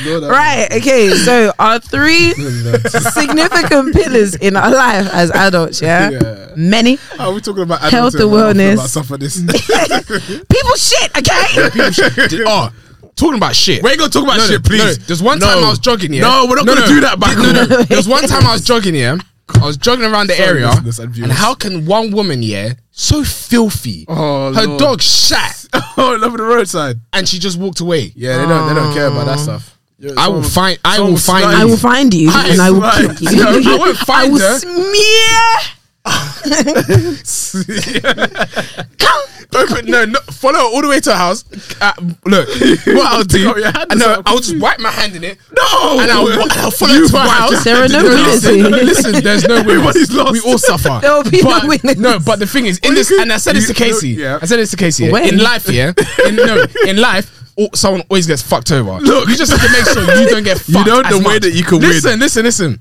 Speaker 3: No, that-
Speaker 1: Right. Okay. So our three significant pillars in our life as adults. Yeah.
Speaker 3: Yeah.
Speaker 1: Many
Speaker 3: Are we talking about
Speaker 1: Health and
Speaker 3: adulting? I feel
Speaker 1: wellness.
Speaker 3: About some of this.
Speaker 1: people shit. Okay.
Speaker 2: oh, talking about shit.
Speaker 3: We're gonna talk about
Speaker 2: No, no,
Speaker 3: shit, please.
Speaker 2: no, There's one time
Speaker 3: No.
Speaker 2: I was jogging here.
Speaker 3: No, we're not gonna do that,
Speaker 2: But
Speaker 3: but-
Speaker 2: no, no. There's one time I was jogging here. I was jogging around the
Speaker 3: Sorry,
Speaker 2: area,
Speaker 3: listeners and viewers.
Speaker 2: and how can one woman, yeah, so filthy?
Speaker 3: Oh,
Speaker 2: her
Speaker 3: Lord.
Speaker 2: dog shat,
Speaker 3: oh, love the roadside.
Speaker 2: and she just walked away.
Speaker 3: Yeah, they don't. They don't care about that stuff.
Speaker 2: I will find. I will
Speaker 3: someone's
Speaker 2: find.
Speaker 3: sniping.
Speaker 1: I will find you
Speaker 2: I
Speaker 1: and I will
Speaker 3: swear.
Speaker 1: kick you.
Speaker 2: No, I won't
Speaker 1: I
Speaker 2: find
Speaker 1: will
Speaker 2: her.
Speaker 1: smear. Come.
Speaker 2: Open, no, no, follow her all the way to her house. Uh, look, what I'll do,
Speaker 3: Pick up your hand
Speaker 2: I know,
Speaker 3: yourself.
Speaker 2: I'll just wipe my hand in it.
Speaker 3: No,
Speaker 2: and I'll, wa- I'll follow
Speaker 3: You
Speaker 2: her to her
Speaker 3: wipe your
Speaker 2: house.
Speaker 1: There are no
Speaker 2: No,
Speaker 1: winners.
Speaker 2: listen,
Speaker 1: here.
Speaker 2: listen, there's no winners.
Speaker 3: Everybody's lost.
Speaker 2: We all suffer.
Speaker 1: There will be no
Speaker 2: but,
Speaker 1: winners.
Speaker 2: No, but the thing is, in
Speaker 3: Well,
Speaker 2: this,
Speaker 3: you could-
Speaker 2: and I said this to
Speaker 3: you- no,
Speaker 2: Casey.
Speaker 3: yeah.
Speaker 2: I said this to Casey. yeah.
Speaker 1: When?
Speaker 2: In life, yeah, in, no, in life, all, someone always gets fucked over.
Speaker 3: Look.
Speaker 2: you just have to make sure you don't get fucked.
Speaker 3: You know
Speaker 2: as
Speaker 3: the way
Speaker 2: much.
Speaker 3: that you can win. Oh,
Speaker 2: listen, listen, listen.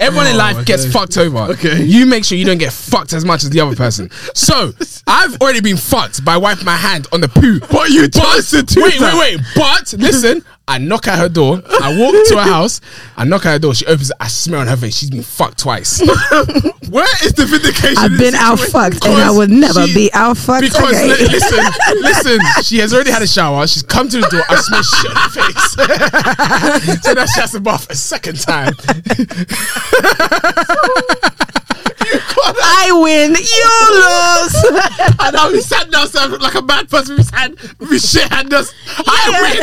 Speaker 2: Everyone in life gets
Speaker 3: okay.
Speaker 2: fucked over.
Speaker 3: Okay.
Speaker 2: You make sure you don't get fucked as much as the other person. So I've already been fucked by wiping my hand on the poo.
Speaker 3: But you chose to do
Speaker 2: wait,
Speaker 3: that.
Speaker 2: wait, wait. But listen, I knock at her door. I walk to her house. I knock at her door. She opens it. I smear on her face. She's been fucked twice.
Speaker 3: Where is the vindication?
Speaker 1: I've been out fucked and I will never
Speaker 2: she-
Speaker 1: be out fucked
Speaker 2: Because
Speaker 1: again.
Speaker 2: li- listen, listen, she has already had a shower. She's come to the door. I smear shit on her face. so now she has to bath a second time.
Speaker 1: I win, you lose.
Speaker 2: And now we sat down so I look like a bad person. We sat, we shit hand us. I win.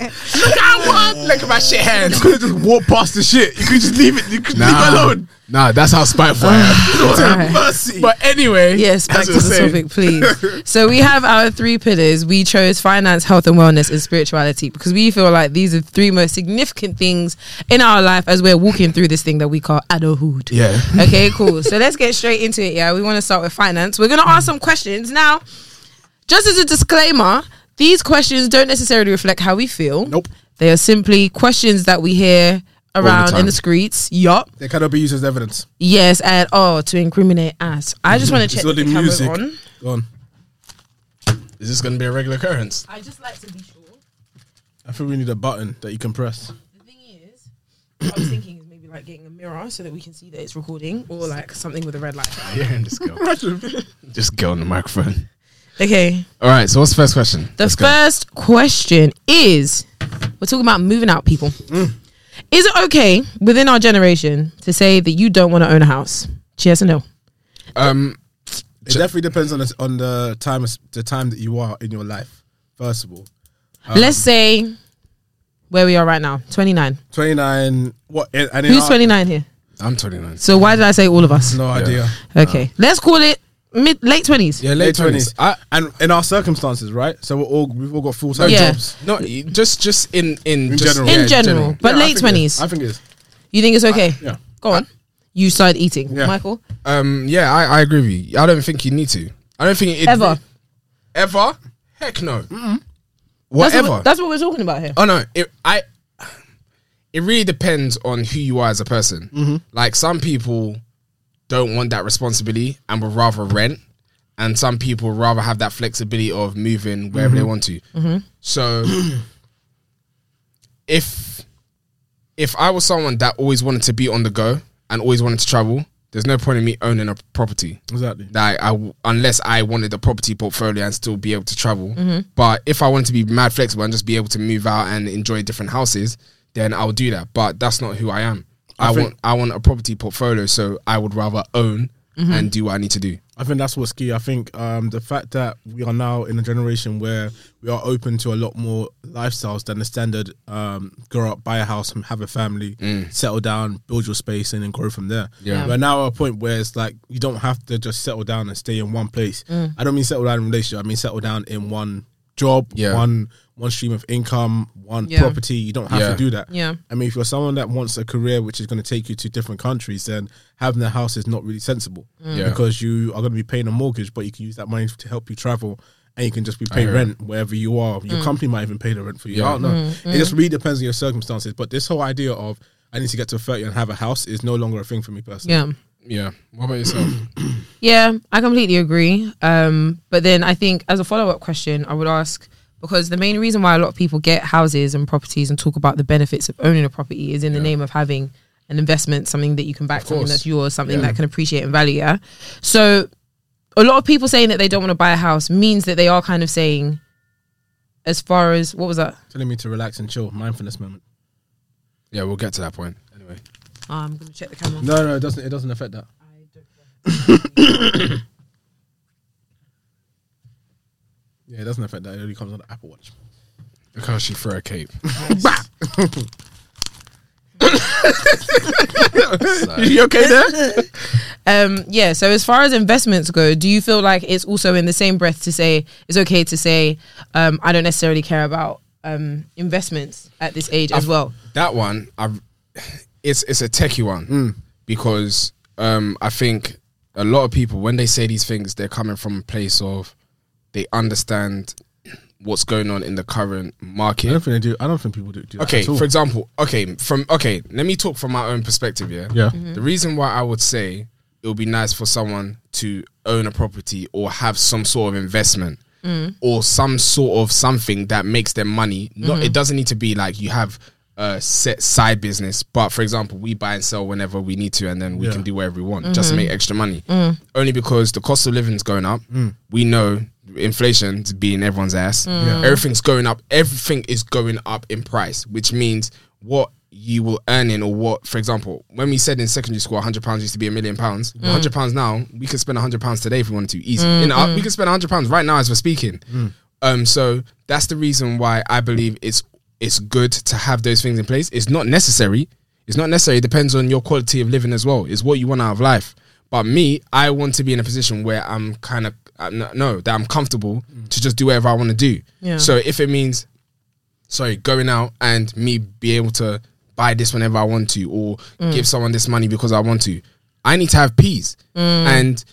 Speaker 2: Yeah. Look, I won. Look at my shit hands.
Speaker 3: You could just walk past the shit. You could just leave it. You could leave it alone.
Speaker 2: Nah, that's how spiteful I am.
Speaker 3: Lord have
Speaker 1: alright.
Speaker 3: mercy.
Speaker 2: But anyway,
Speaker 1: Yes, back
Speaker 2: as
Speaker 1: to
Speaker 2: I
Speaker 1: the
Speaker 2: was saying,
Speaker 1: topic, please. so we have our three pillars. We chose finance, health and wellness, and spirituality because we feel like these are three most significant things in our life as we're walking through this thing that we call adulthood.
Speaker 2: Yeah.
Speaker 1: Okay, cool. so let's get straight into it. Yeah, we want to start with finance. We're gonna ask some questions now. Just as a disclaimer, these questions don't necessarily reflect how we feel.
Speaker 3: Nope.
Speaker 1: They are simply questions that we hear around in
Speaker 2: time.
Speaker 1: the streets. Yup.
Speaker 3: They cannot be used as evidence.
Speaker 1: Yes, at all to incriminate us. I just want to check
Speaker 3: So
Speaker 1: that
Speaker 3: the
Speaker 1: the camera's
Speaker 3: music.
Speaker 1: on.
Speaker 3: Go on.
Speaker 2: Is this going to be a regular occurrence?
Speaker 1: I just like to be sure.
Speaker 3: I think we need a button that you can press.
Speaker 1: The thing is, I was thinking is maybe like getting a mirror so that we can see that it's recording, or like something with a red light.
Speaker 2: Yeah, and just go. just go on the microphone.
Speaker 1: Okay.
Speaker 2: All right. So what's the first question?
Speaker 1: The first question is we're talking about moving out people.
Speaker 3: Mm.
Speaker 1: Is it okay within our generation to say that you don't want to own a house? Yes or no?
Speaker 2: Um,
Speaker 3: It definitely depends on the, on the time the time that you are in your life. First of all, Um.
Speaker 1: Let's say where we are right now, 29.
Speaker 3: twenty nine. What? And in
Speaker 1: Who's
Speaker 3: our-
Speaker 1: 29 here?
Speaker 2: I'm 29.
Speaker 1: So why did I say all of us?
Speaker 3: No idea.
Speaker 1: Okay. Let's call it mid late 20s.
Speaker 2: Yeah, late twenties. I
Speaker 3: and in our circumstances, right? So we're all we've all got full time
Speaker 1: Yeah.
Speaker 3: jobs.
Speaker 2: no, just just in in,
Speaker 3: In
Speaker 2: just,
Speaker 3: general.
Speaker 2: yeah,
Speaker 1: In general, but
Speaker 3: Yeah, I
Speaker 1: late
Speaker 3: think it is.
Speaker 1: 20s.
Speaker 3: I think it is.
Speaker 1: You think it's okay?
Speaker 3: Yeah.
Speaker 1: Go on. You started eating,
Speaker 3: Yeah.
Speaker 1: Michael.
Speaker 2: Um, yeah, I, I agree with you. I don't think you need to. I don't think it
Speaker 1: Ever.
Speaker 2: ever. Heck no.
Speaker 1: That's what-
Speaker 2: Whatever.
Speaker 1: that's what we're talking about here.
Speaker 2: Oh no, it I it really depends on who you are as a person. Like some people don't want that responsibility and would rather rent, and some people rather have that flexibility of moving wherever they want to. So if if I was someone that always wanted to be on the go and always wanted to travel, there's no point in me owning a property
Speaker 3: Exactly.
Speaker 2: that I w- unless I wanted a property portfolio and still be able to travel. But if I wanted to be mad flexible and just be able to move out and enjoy different houses, then I'll do that. But that's not who I am. I,
Speaker 3: think-
Speaker 2: want I want a property portfolio, so I would rather own and do what I need to do.
Speaker 3: I think that's what's key. I think um, the fact that we are now in a generation where we are open to a lot more lifestyles than the standard um, grow up, buy a house, and have a family, settle down, build your space, and then grow from there.
Speaker 2: Mm. Yeah.
Speaker 3: We're now at a point where it's like you don't have to just settle down and stay in one place.
Speaker 1: Mm.
Speaker 3: I don't mean settle down in a relationship. I mean settle down in one job,
Speaker 2: Yeah.
Speaker 3: one one stream of income, one
Speaker 1: Yeah.
Speaker 3: property. You don't have
Speaker 2: Yeah.
Speaker 3: to do that.
Speaker 1: Yeah.
Speaker 3: I mean, if you're someone that wants a career which is going to take you to different countries, then having a house is not really sensible
Speaker 2: Yeah.
Speaker 3: because you are going to be paying a mortgage, but you can use that money to help you travel and you can just be paying
Speaker 2: hear
Speaker 3: rent wherever you are. Your company might even pay the rent for you. I
Speaker 2: Yeah.
Speaker 3: don't know. It just really depends on your circumstances. But this whole idea of I need to get to 30 and have a house is no longer a thing for me personally.
Speaker 1: Yeah.
Speaker 2: Yeah. What about yourself?
Speaker 1: Yeah, I completely agree. Um, but then I think as a follow up question, I would ask because the main reason why a lot of people get houses and properties and talk about the benefits of owning a property is in the name of having an investment, something that you can back, something
Speaker 2: course.
Speaker 1: that's yours, something that can appreciate in value. Yeah. So a lot of people saying that they don't want to buy a house means that they are kind of saying, as far as what was that?
Speaker 3: Telling me to relax and chill, mindfulness moment.
Speaker 2: yeah, we'll get to that point. Anyway.
Speaker 1: Oh, I'm gonna check the camera.
Speaker 3: No, no, it doesn't. It doesn't affect that. yeah, it doesn't affect that. It only comes on the Apple Watch.
Speaker 2: Look how she threw a cape.
Speaker 3: You okay there?
Speaker 1: Um, yeah. So as far as investments go, do you feel like it's also in the same breath to say it's okay to say um, I don't necessarily care about um, investments at this age as well?
Speaker 2: That one, I it's it's a techie one because um, I think a lot of people when they say these things, they're coming from a place of they understand what's going on in the current
Speaker 3: I don't
Speaker 2: market.
Speaker 3: think they do. I don't think people do. do that
Speaker 2: Okay,
Speaker 3: at all.
Speaker 2: for example, okay, from okay, let me talk from my own perspective. Yeah,
Speaker 3: yeah,
Speaker 2: the reason why I would say it would be nice for someone to own a property or have some sort of investment or some sort of something that makes them money. Not it doesn't need to be like you have a set side business, but for example, we buy and sell whenever we need to, and then we
Speaker 3: Yeah.
Speaker 2: can do whatever we want just to make extra money. Only because the cost of living is going up.
Speaker 3: Mm.
Speaker 2: We know inflation's being everyone's ass.
Speaker 3: Yeah.
Speaker 2: Everything's going up. Everything is going up in price, which means what you will earn in or what, for example, when we said in secondary school, hundred pounds used to be a million pounds. Hundred pounds now, we could spend hundred pounds today if we wanted to. Easy, you know, we could spend hundred pounds right now as we're speaking.
Speaker 3: Mm.
Speaker 2: Um, so that's the reason why I believe it's it's good to have those things in place. It's not necessary. It's not necessary. It depends on your quality of living as well. It's what you want out of life. But me, I want to be in a position where I'm kind of no that I'm comfortable to just do whatever I want to do.
Speaker 1: Yeah.
Speaker 2: So if it means sorry, going out and me be able to buy this whenever I want to or give someone this money because I want to. I need to have peace. And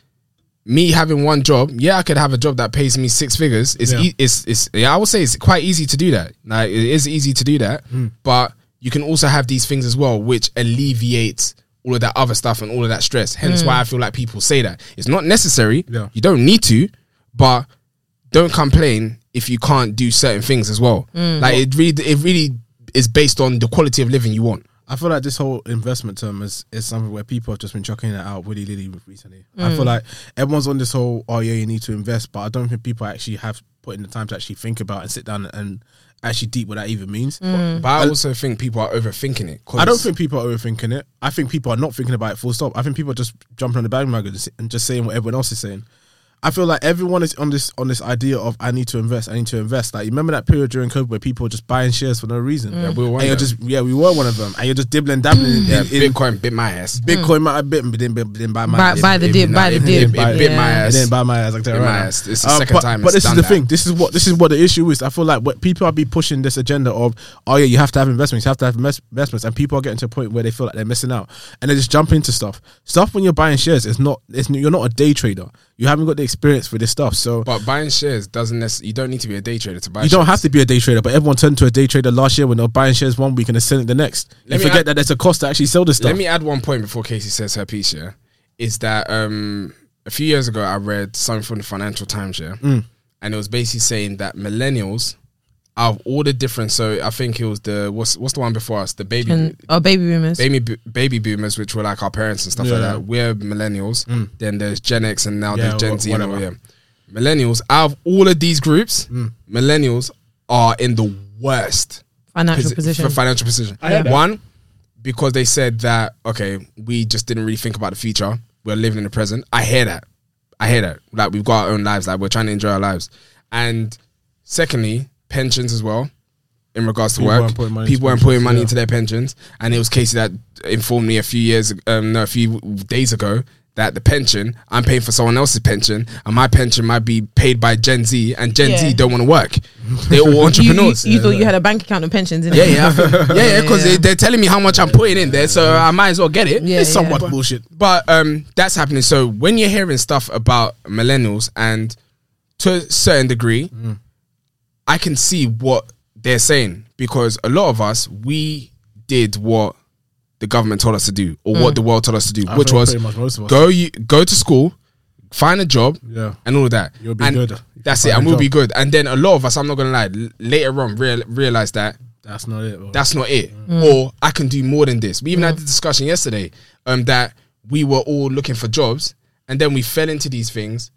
Speaker 2: me having one job, yeah, I could have a job that pays me six figures. It's
Speaker 3: Yeah.
Speaker 2: e- it's it's yeah, I would say it's quite easy to do that. Like it is easy to do that,
Speaker 3: Hmm.
Speaker 2: but you can also have these things as well, which alleviates all of that other stuff and all of that stress. Hence why I feel like people say that it's not necessary.
Speaker 3: Yeah.
Speaker 2: You don't need to, but don't complain if you can't do certain things as well. Like it really, it really is based on the quality of living you want.
Speaker 3: I feel like this whole investment term is, is something where people have just been chucking it out willy nilly recently. I feel like everyone's on this whole, oh yeah, you need to invest, but I don't think people actually have put in the time to actually think about and sit down and actually deep what that even means.
Speaker 2: But I also think people are overthinking it. 'cause
Speaker 3: I don't think people are overthinking it. I think people are not thinking about it full stop. I think people are just jumping on the bandwagon and s- and just saying what everyone else is saying. I feel like everyone is on this on this idea of I need to invest, I need to invest. Like you remember that period during COVID where people were just buying shares for no reason. Yeah,
Speaker 2: we were one
Speaker 3: and you're
Speaker 2: of them. Mm.
Speaker 3: just yeah, we were one of them. And you're just dibbling dabbling
Speaker 2: yeah,
Speaker 3: in, in,
Speaker 2: Bitcoin bit my ass.
Speaker 3: Bitcoin might have bitten, but didn't, bit- didn't buy my
Speaker 1: Buy, buy the dip, buy the
Speaker 2: it-
Speaker 1: dip.
Speaker 2: it- it bit my
Speaker 1: Yeah.
Speaker 2: ass.
Speaker 3: It didn't buy my ass. I can tell you
Speaker 2: Bit
Speaker 3: right
Speaker 2: my
Speaker 3: now.
Speaker 2: ass. It's the second
Speaker 3: but,
Speaker 2: time
Speaker 3: But
Speaker 2: it's
Speaker 3: this is
Speaker 2: done
Speaker 3: the
Speaker 2: that.
Speaker 3: thing. This is what this is what the issue is. I feel like what people are be pushing this agenda of oh yeah, you have to have investments, you have to have invest- investments, and people are getting to a point where they feel like they're missing out and they just jump into stuff. Stuff when you're buying shares, it's not. It's you're not a day trader. You haven't got the experience for this stuff, so.
Speaker 2: But buying shares doesn't necessarily. You don't need to be a day trader to buy.
Speaker 3: you don't have to be a day trader, but everyone turned to a day trader last year when they were buying shares one week and they're selling it the next.
Speaker 2: Let
Speaker 3: you
Speaker 2: me
Speaker 3: forget
Speaker 2: add-
Speaker 3: that there's a cost to actually sell this stuff.
Speaker 2: Let me add one point before Casey says her piece. Yeah, is that um, a few years ago I read something from the Financial Times. Yeah,
Speaker 3: Mm.
Speaker 2: and it was basically saying that millennials, out of all the different, so I think it was the what's what's the one before us, the baby
Speaker 1: And, oh, baby boomers.
Speaker 2: baby bo- baby boomers, which were like our parents and stuff like
Speaker 3: Yeah. Mm.
Speaker 2: that. We're millennials. Then there's Gen X, and now
Speaker 3: Yeah,
Speaker 2: there's Gen
Speaker 3: wh-
Speaker 2: Z. And all,
Speaker 3: whatever. Mm.
Speaker 2: yeah. Millennials. Out of all of these groups, millennials are in the worst
Speaker 1: Financial
Speaker 2: posi-
Speaker 1: position.
Speaker 2: for financial position.
Speaker 1: heard that.
Speaker 2: One, because they said that okay, we just didn't really think about the future. We're living in the present. I hear that. I hear that. Like we've got our own lives. Like we're trying to enjoy our lives. And secondly, pensions as well. In regards to
Speaker 3: People
Speaker 2: work,
Speaker 3: weren't putting money
Speaker 2: people
Speaker 3: into
Speaker 2: weren't putting
Speaker 3: pensions,
Speaker 2: money
Speaker 3: yeah.
Speaker 2: into their pensions, and it was Casey that informed me a few years, um, no, a few days ago that the pension I'm paying for someone else's pension, and my pension might be paid by Gen Z, and Gen
Speaker 1: Yeah.
Speaker 2: Z don't want to work. They're all
Speaker 1: you, you,
Speaker 2: entrepreneurs.
Speaker 1: you thought you had a bank account and pensions, didn't
Speaker 2: Yeah,
Speaker 1: you?
Speaker 2: yeah, I think- yeah, yeah. Because
Speaker 1: Yeah.
Speaker 2: they're telling me how much I'm putting in there, so I might as well get it.
Speaker 1: Yeah,
Speaker 3: it's
Speaker 1: yeah.
Speaker 3: somewhat bullshit.
Speaker 2: But um, that's happening. So when you're hearing stuff about millennials, and to a certain degree,
Speaker 3: Mm.
Speaker 2: I can see what they're saying because a lot of us we did what the government told us to do or what the world told us to do, which
Speaker 3: think
Speaker 2: was
Speaker 3: Mm. pretty much most of us.
Speaker 2: go you, go to school, find a job,
Speaker 3: Yeah.
Speaker 2: and all of that.
Speaker 3: You'll be
Speaker 2: And
Speaker 3: good if you
Speaker 2: That's it,
Speaker 3: find a
Speaker 2: and we'll
Speaker 3: job.
Speaker 2: be good. And then a lot of us, I'm not gonna lie, l- later on real, realize that
Speaker 3: That's not it. bro.
Speaker 2: that's not it.
Speaker 1: Mm.
Speaker 2: Or I can do more than this. We even had the discussion yesterday um, that we were all looking for jobs and then we fell into these things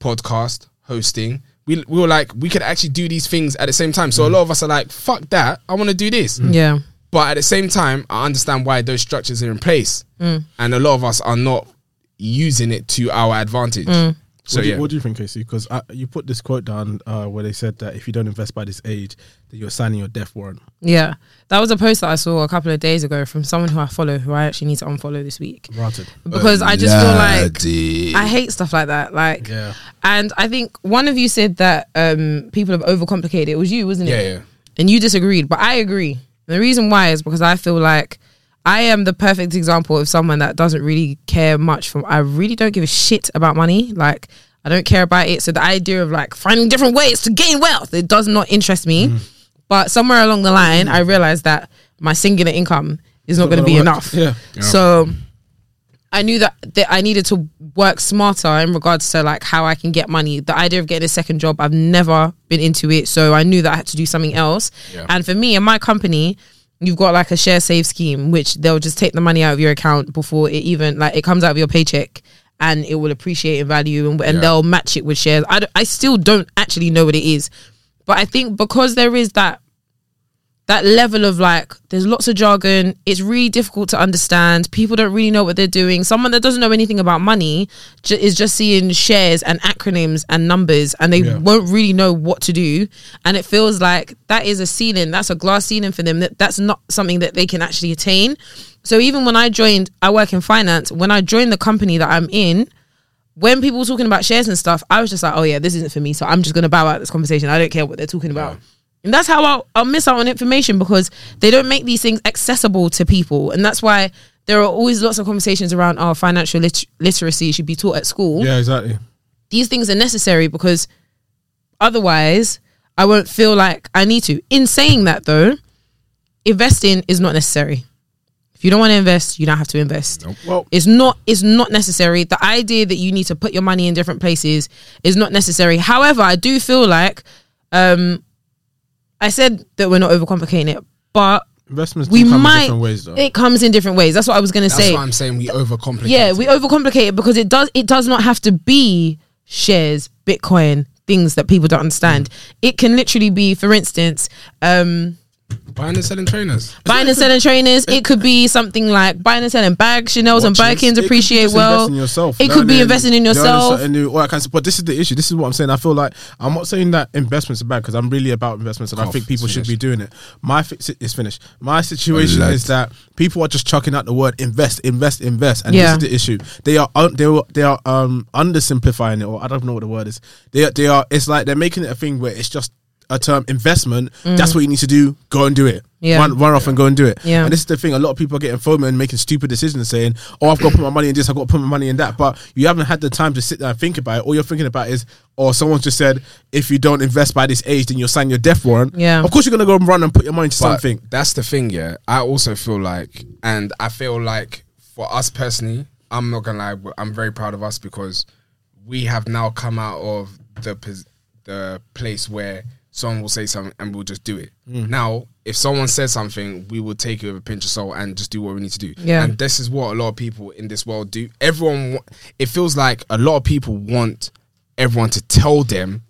Speaker 2: podcast, hosting. We, we were like, we could actually do these things at the same time.
Speaker 1: Mm.
Speaker 2: So a lot of us are like, fuck that. I want to do this.
Speaker 1: Yeah.
Speaker 2: But at the same time, I understand why those structures are in place.
Speaker 1: Mm.
Speaker 2: And a lot of us are not using it to our advantage.
Speaker 1: Mm.
Speaker 2: So,
Speaker 3: what, do you,
Speaker 2: yeah.
Speaker 3: what do you think, Casey? Because you put this quote down uh, where they said that if you don't invest by this age, that you're signing your death warrant.
Speaker 1: Yeah. That was a post that I saw a couple of days ago from someone who I follow who I actually need to unfollow this week.
Speaker 3: Granted.
Speaker 1: Because I just feel like
Speaker 2: Bloody-
Speaker 1: I hate stuff like that. Like
Speaker 3: Yeah.
Speaker 1: and I think one of you said that um people have overcomplicated. It was you, wasn't it?
Speaker 2: yeah, yeah.
Speaker 1: and you disagreed, but I agree. The reason why is because I feel like I am the perfect example of someone that doesn't really care much from I really don't give a shit about money. Like I don't care about it. So the idea of like finding different ways to gain wealth, it does not interest
Speaker 3: Mm-hmm.
Speaker 1: me. But somewhere along the line I realized that my singular income is not gonna
Speaker 3: gonna
Speaker 1: be
Speaker 3: work.
Speaker 1: enough.
Speaker 3: Yeah.
Speaker 1: So I knew that, that I needed to work smarter in regards to like how I can get money. The idea of getting a second job, I've never been into it. So I knew that I had to do something else. And for me in my company, you've got like a share save scheme, which they'll just take the money out of your account before it even like it comes out of your paycheck and it will appreciate in value and, and they'll match it with shares. I, don't- I still don't actually know what it is. But I think because there is that that level of like there's lots of jargon it's really difficult to understand people don't really know what they're doing someone that doesn't know anything about money ju- is just seeing shares and acronyms and numbers and they won't really know what to do and it feels like that is a ceiling that's a glass ceiling for them that that's not something that they can actually attain so even when i joined i work in finance when i joined the company that i'm in when people were talking about shares and stuff, I was just like, oh yeah, this isn't for me. So I'm just gonna bow out this conversation. I don't care what they're talking about. And that's how I'll, I'll miss out on information because they don't make these things accessible to people. And that's why there are always lots of conversations around our financial lit- literacy should be taught at school
Speaker 3: Yeah, exactly.
Speaker 1: these things are necessary because otherwise I won't feel like I need to. In saying that though, investing is not necessary. If you don't want to invest, you don't have to invest.
Speaker 5: Well,
Speaker 1: It's not it's not necessary. The idea that you need to put your money in different places is not necessary. However, I do feel like um I said that we're not overcomplicating it, but
Speaker 3: Investments
Speaker 1: we
Speaker 3: do come in
Speaker 1: might
Speaker 3: different ways, though.
Speaker 1: it comes in different ways. That's what I was gonna
Speaker 2: That's
Speaker 1: say.
Speaker 2: why I'm saying we overcomplicate.
Speaker 1: Yeah, we overcomplicate it because it does it does not have to be shares, Bitcoin, things that people don't
Speaker 3: Mm.
Speaker 1: understand. It can literally be, for instance, um
Speaker 2: buying and selling trainers.
Speaker 1: buying and selling trainers. It could be something like buying and selling bags, Chanel's and
Speaker 3: Watches. It
Speaker 1: Birkins
Speaker 3: could be
Speaker 1: appreciate
Speaker 3: just
Speaker 1: well.
Speaker 3: investing in yourself,
Speaker 1: It could be
Speaker 3: learning,
Speaker 1: investing in
Speaker 3: learning
Speaker 1: yourself.
Speaker 3: certain new- all that kind of stuff. But this is the issue. This is what I'm saying. I feel like I'm not saying that investments are bad because I'm really about investments and I think people should be doing it. My fi- it's finished. My situation is that people are just chucking out the word invest, invest, invest, and
Speaker 1: Yeah.
Speaker 3: this is the issue. They are un- they are, they are um undersimplifying it, or I don't know what the word is. They are, they are. It's like they're making it a thing where it's just a term investment. That's what you need to do. Go and do it.
Speaker 1: Mm. Yeah.
Speaker 3: Run, run off and go and do it.
Speaker 1: Yeah.
Speaker 3: And this is the thing. A lot of people are getting FOMO and making stupid decisions, saying, "Oh, I've got to put my money in this. I've got to put my money in that." But you haven't had the time to sit there and think about it. All you're thinking about is, or someone's just said, "If you don't invest by this age, then you'll sign your death warrant."
Speaker 1: Yeah.
Speaker 3: Of course, you're gonna go and run and put your money into
Speaker 2: But
Speaker 3: something.
Speaker 2: That's the thing, yeah. I also feel like, and I feel like for us personally, I'm not gonna lie, w- I'm very proud of us because we have now come out of the pos- the place where someone will say something and we'll just do it. Now, if someone says something, we will take it with a pinch of salt and just do what we need to do.
Speaker 1: Yeah.
Speaker 2: And this is what a lot of people in this world do. Everyone, wa- it feels like a lot of people want everyone to tell them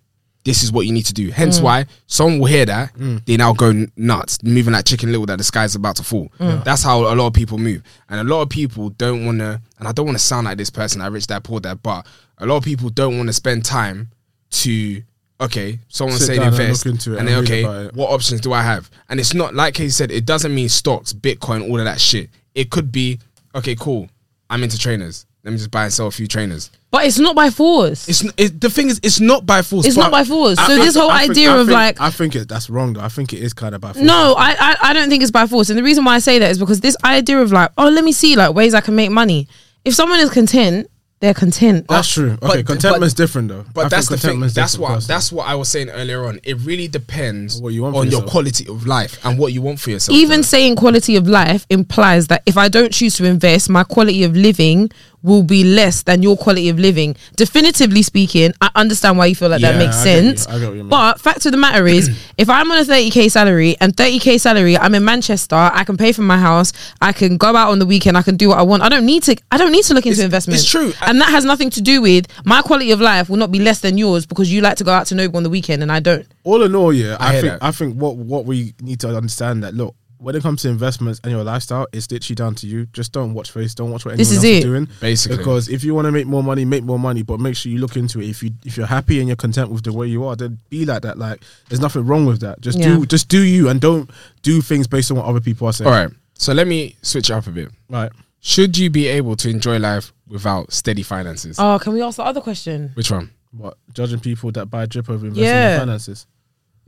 Speaker 2: this is what you need to do. Hence why someone will hear that,
Speaker 3: Mm.
Speaker 2: they now go n- nuts, moving like chicken little that the sky's about to fall. That's how a lot of people move. And a lot of people don't want to, and I don't want to sound like this person, I rich that poor that, but a lot of people don't want to spend time to, okay, someone
Speaker 3: Sit
Speaker 2: saying
Speaker 3: down and
Speaker 2: invest.
Speaker 3: look into it and
Speaker 2: and then,
Speaker 3: read
Speaker 2: okay,
Speaker 3: about it.
Speaker 2: what options do I have? And it's not, like he said, it doesn't mean stocks, Bitcoin, all of that shit. It could be, okay, cool, I'm into trainers. Let me just buy and sell a few trainers.
Speaker 1: But it's not by force. It's,
Speaker 2: It's n- it, the thing is, it's not by force. but-
Speaker 1: not by force.
Speaker 3: I
Speaker 1: So
Speaker 3: think-
Speaker 1: this whole
Speaker 3: I think-
Speaker 1: idea
Speaker 3: I
Speaker 1: of
Speaker 3: think-
Speaker 1: like
Speaker 3: I think it, that's wrong. Though I think it is kind of by force.
Speaker 1: No, I, I I don't think it's by force. And the reason why I say that is because this idea of like, oh, let me see like ways I can make money. If someone is content, they're content.
Speaker 3: that's true. Okay,
Speaker 2: but-
Speaker 3: contentment's different though. I
Speaker 2: But
Speaker 3: think
Speaker 2: that's the thing.
Speaker 3: contentment's
Speaker 2: That's
Speaker 3: different
Speaker 2: what
Speaker 3: personally.
Speaker 2: that's what I was saying earlier on. It really depends
Speaker 3: What you want for
Speaker 2: on your
Speaker 3: yourself.
Speaker 2: quality of life and what you want for yourself.
Speaker 1: Even saying quality of life implies that if I don't choose to invest, my quality of living will be less than your quality of living. Definitively speaking, I understand why you feel like that
Speaker 3: Yeah,
Speaker 1: makes
Speaker 3: I get you.
Speaker 1: sense.
Speaker 3: I get what you mean.
Speaker 1: but fact of the matter is, if I'm on a 30k salary and 30k salary, I'm in Manchester, I can pay for my house, I can go out on the weekend, I can do what I want. I don't need to I don't need to look into investment.
Speaker 2: it's true.
Speaker 1: And that has nothing to do with my quality of life will not be less than yours because you like to go out to Nobu on the weekend and I don't.
Speaker 3: all in all, yeah, I,
Speaker 2: hear
Speaker 3: think
Speaker 2: that.
Speaker 3: I think what what we need to understand that look. When it comes to investments and your lifestyle, it's literally down to you. Just don't watch face. Don't watch what anyone
Speaker 1: This
Speaker 3: else
Speaker 1: is
Speaker 3: is
Speaker 1: it.
Speaker 3: doing.
Speaker 2: Basically.
Speaker 3: because if you want to make more money, make more money. But make sure you look into it. If you if you're happy and you're content with the way you are, then be like that. Like there's nothing wrong with that. Just
Speaker 1: Yeah.
Speaker 3: do just do you and don't do things based on what other people are saying.
Speaker 2: all right. So let me switch it up a bit.
Speaker 3: right.
Speaker 2: Should you be able to enjoy life without steady finances?
Speaker 1: Oh, can we ask the other question?
Speaker 2: Which one?
Speaker 3: What judging people that buy drip over investing in
Speaker 1: Yeah.
Speaker 3: their finances?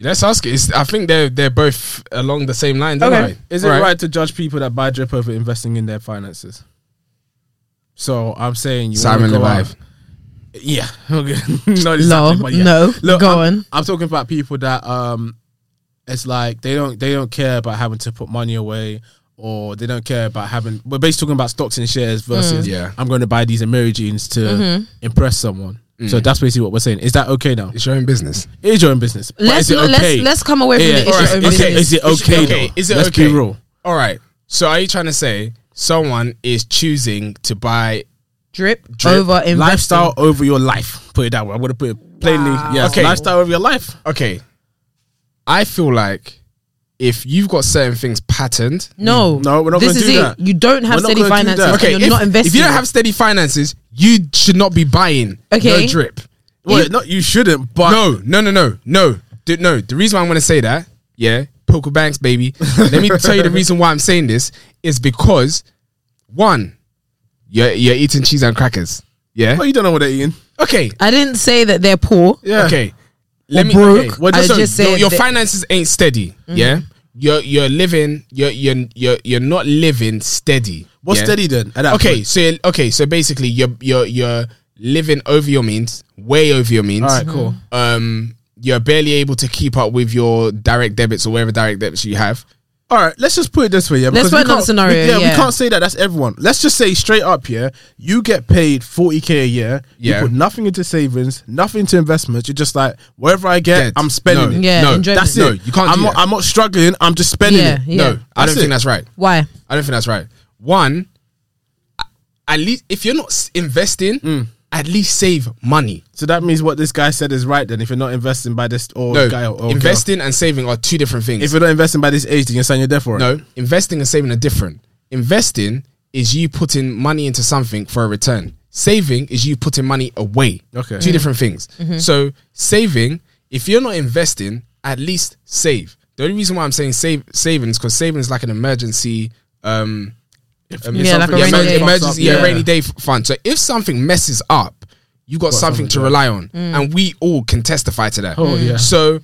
Speaker 2: Let's ask it. It's, I think they're they're both along the same line. don't
Speaker 3: Okay.
Speaker 2: they?
Speaker 3: Is it
Speaker 2: All
Speaker 3: right. to judge people that buy drip over investing in their finances? So I'm saying you
Speaker 2: Simon
Speaker 3: wanna go
Speaker 2: Levive.
Speaker 3: out- Yeah. Okay. Not exactly,
Speaker 1: No,
Speaker 3: but yeah.
Speaker 1: no,
Speaker 3: Look,
Speaker 1: go
Speaker 3: I'm,
Speaker 1: on.
Speaker 3: I'm talking about people that um, it's like they don't they don't care about having to put money away. Or they don't care about having. We're basically talking about stocks and
Speaker 1: Mm.
Speaker 3: shares versus.
Speaker 2: Yeah.
Speaker 3: I'm going to buy these Emery jeans to
Speaker 1: Mm-hmm.
Speaker 3: impress someone. So
Speaker 2: Mm.
Speaker 3: that's basically what we're saying. Is that okay now?
Speaker 2: It's your own business.
Speaker 3: It is your own business. but
Speaker 1: Let's
Speaker 3: is it
Speaker 1: not- let's-
Speaker 3: okay?
Speaker 1: let's come away from the it's your
Speaker 3: alright,
Speaker 1: own
Speaker 3: is it-
Speaker 1: business.
Speaker 3: Is it
Speaker 2: Is it
Speaker 3: okay?
Speaker 2: okay?
Speaker 3: though?
Speaker 2: Is it
Speaker 3: let's
Speaker 2: okay?
Speaker 3: be real.
Speaker 2: All right. So are you trying to say someone is choosing to buy?
Speaker 1: Drip,
Speaker 2: Drip,
Speaker 1: over investing.
Speaker 3: lifestyle over your life. Put it that way. I'm gonna put it plainly. Yes,
Speaker 2: Okay.
Speaker 3: lifestyle over your life.
Speaker 2: Okay. I feel like if you've got certain things patterned,
Speaker 1: No,
Speaker 3: Mm. No, we're not
Speaker 1: This
Speaker 3: gonna
Speaker 1: is
Speaker 3: do
Speaker 1: it.
Speaker 3: that.
Speaker 1: You don't have
Speaker 3: We're not
Speaker 1: steady
Speaker 3: gonna do
Speaker 1: finances.
Speaker 3: that.
Speaker 1: and
Speaker 2: Okay,
Speaker 1: you're
Speaker 2: if,
Speaker 1: not investing.
Speaker 2: if you don't have steady finances, you should not be buying
Speaker 1: Okay.
Speaker 2: no drip.
Speaker 3: Well, not you shouldn't, but
Speaker 2: No, no, no, no, no, D- no. The reason why I'm going to say that, yeah, poker banks, baby. Let me tell you the reason why I'm saying this is because one, you're you're eating cheese and crackers, yeah.
Speaker 3: Well, Oh, you don't know what they're eating.
Speaker 2: Okay,
Speaker 1: I didn't say that they're poor.
Speaker 3: Yeah.
Speaker 2: okay. Let me.
Speaker 1: broke.
Speaker 2: Okay. Well,
Speaker 1: I
Speaker 2: just, so
Speaker 1: just
Speaker 2: your,
Speaker 1: said
Speaker 2: your
Speaker 1: that-
Speaker 2: finances ain't steady,
Speaker 3: Mm-hmm.
Speaker 2: yeah. You're you're living. You're you're you're you're not living steady.
Speaker 3: What's
Speaker 2: yeah?
Speaker 3: steady then? At that
Speaker 2: okay,
Speaker 3: point?
Speaker 2: so you're- okay, so basically you're you're you're living over your means, way over your means.
Speaker 3: All right, cool.
Speaker 2: Um, you're barely able to keep up with your direct debits or whatever direct debits you have.
Speaker 3: all right, let's just put it this way, yeah.
Speaker 1: Let's
Speaker 3: because we
Speaker 1: work on
Speaker 3: can't-
Speaker 1: scenario,
Speaker 3: we- we
Speaker 1: yeah.
Speaker 3: can't say that that's everyone. Let's just say straight up, yeah. You get paid forty k a year.
Speaker 2: Yeah.
Speaker 3: You put nothing into savings, nothing into investments. You're just like wherever I get,
Speaker 2: Dead.
Speaker 3: I'm spending
Speaker 2: No.
Speaker 3: it.
Speaker 1: Yeah,
Speaker 2: no,
Speaker 1: enjoyment.
Speaker 2: that's it. No, you can't
Speaker 3: I'm
Speaker 2: do
Speaker 3: not,
Speaker 2: that.
Speaker 3: I'm not struggling. I'm just spending
Speaker 1: Yeah,
Speaker 3: it.
Speaker 1: yeah.
Speaker 2: No, I don't
Speaker 3: That's
Speaker 2: think
Speaker 3: it.
Speaker 2: that's right.
Speaker 1: Why?
Speaker 2: I don't think that's right. One, a- at least if you're not s- investing,
Speaker 3: Mm.
Speaker 2: at least save money.
Speaker 3: So that means what this guy said is right. Then, if you're not investing by this or
Speaker 2: No,
Speaker 3: guy or, or girl.
Speaker 2: investing and saving are two different things.
Speaker 3: oh, If you're not investing by this age, then you're signing your death warrant.
Speaker 2: No, investing and saving are different. Investing is you putting money into something for a return. Saving is you putting money away.
Speaker 3: Okay.
Speaker 2: Two different things. So saving, if you're not investing, at least save. The only reason why I'm saying save savings because saving is like an emergency um um,
Speaker 1: Yeah, like a
Speaker 2: yeah,
Speaker 1: rainy
Speaker 2: emer-
Speaker 1: day.
Speaker 2: emergency yeah,
Speaker 1: Yeah.
Speaker 2: rainy day f- fund. So if something messes up, you got, something, to rely on.
Speaker 1: Mm.
Speaker 2: And we all can testify to that.
Speaker 3: Oh, yeah.
Speaker 2: So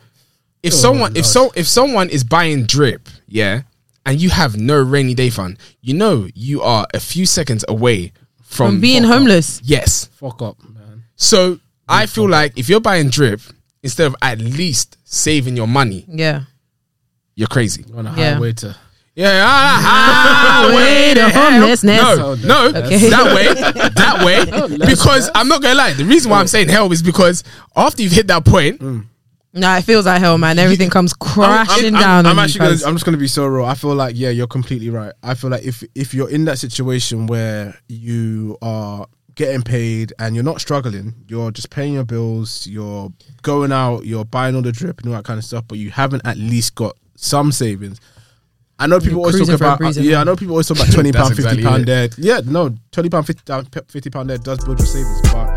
Speaker 2: if someone if so if someone is buying drip, yeah, and you have no rainy day fund, you know you are a few seconds away from,
Speaker 1: From being homeless.
Speaker 2: Yes.
Speaker 6: Fuck up, man.
Speaker 2: So I feel like if you're buying drip, instead of at least saving your money,
Speaker 1: Yeah.
Speaker 2: you're crazy.
Speaker 3: On a
Speaker 1: Yeah.
Speaker 3: highway to
Speaker 2: Yeah, ah, ah,
Speaker 1: Way to homelessness.
Speaker 2: No, no,
Speaker 1: Okay.
Speaker 2: that way, that way. Because I'm not gonna lie, the reason why I'm saying hell is because after you've hit that point,
Speaker 1: Nah, it feels like hell, man. Everything comes crashing
Speaker 3: I'm,
Speaker 1: down.
Speaker 3: I'm,
Speaker 1: on you,
Speaker 3: actually. Gonna,
Speaker 1: cuz.
Speaker 3: I'm just gonna be so real. I feel like yeah, you're completely right. I feel like if if you're in that situation where you are getting paid and you're not struggling, you're just paying your bills, you're going out, you're buying all the drip and all that kind of stuff, but you haven't at least got some savings. I know people always talk
Speaker 1: cruising for a
Speaker 3: about
Speaker 1: breeze,
Speaker 3: yeah. I
Speaker 1: innit?
Speaker 3: know people always talk about twenty pound,
Speaker 6: That's
Speaker 3: fifty
Speaker 6: exactly
Speaker 3: uh, pound there. Yeah, no, twenty pound, fifty pound there does build your savings, but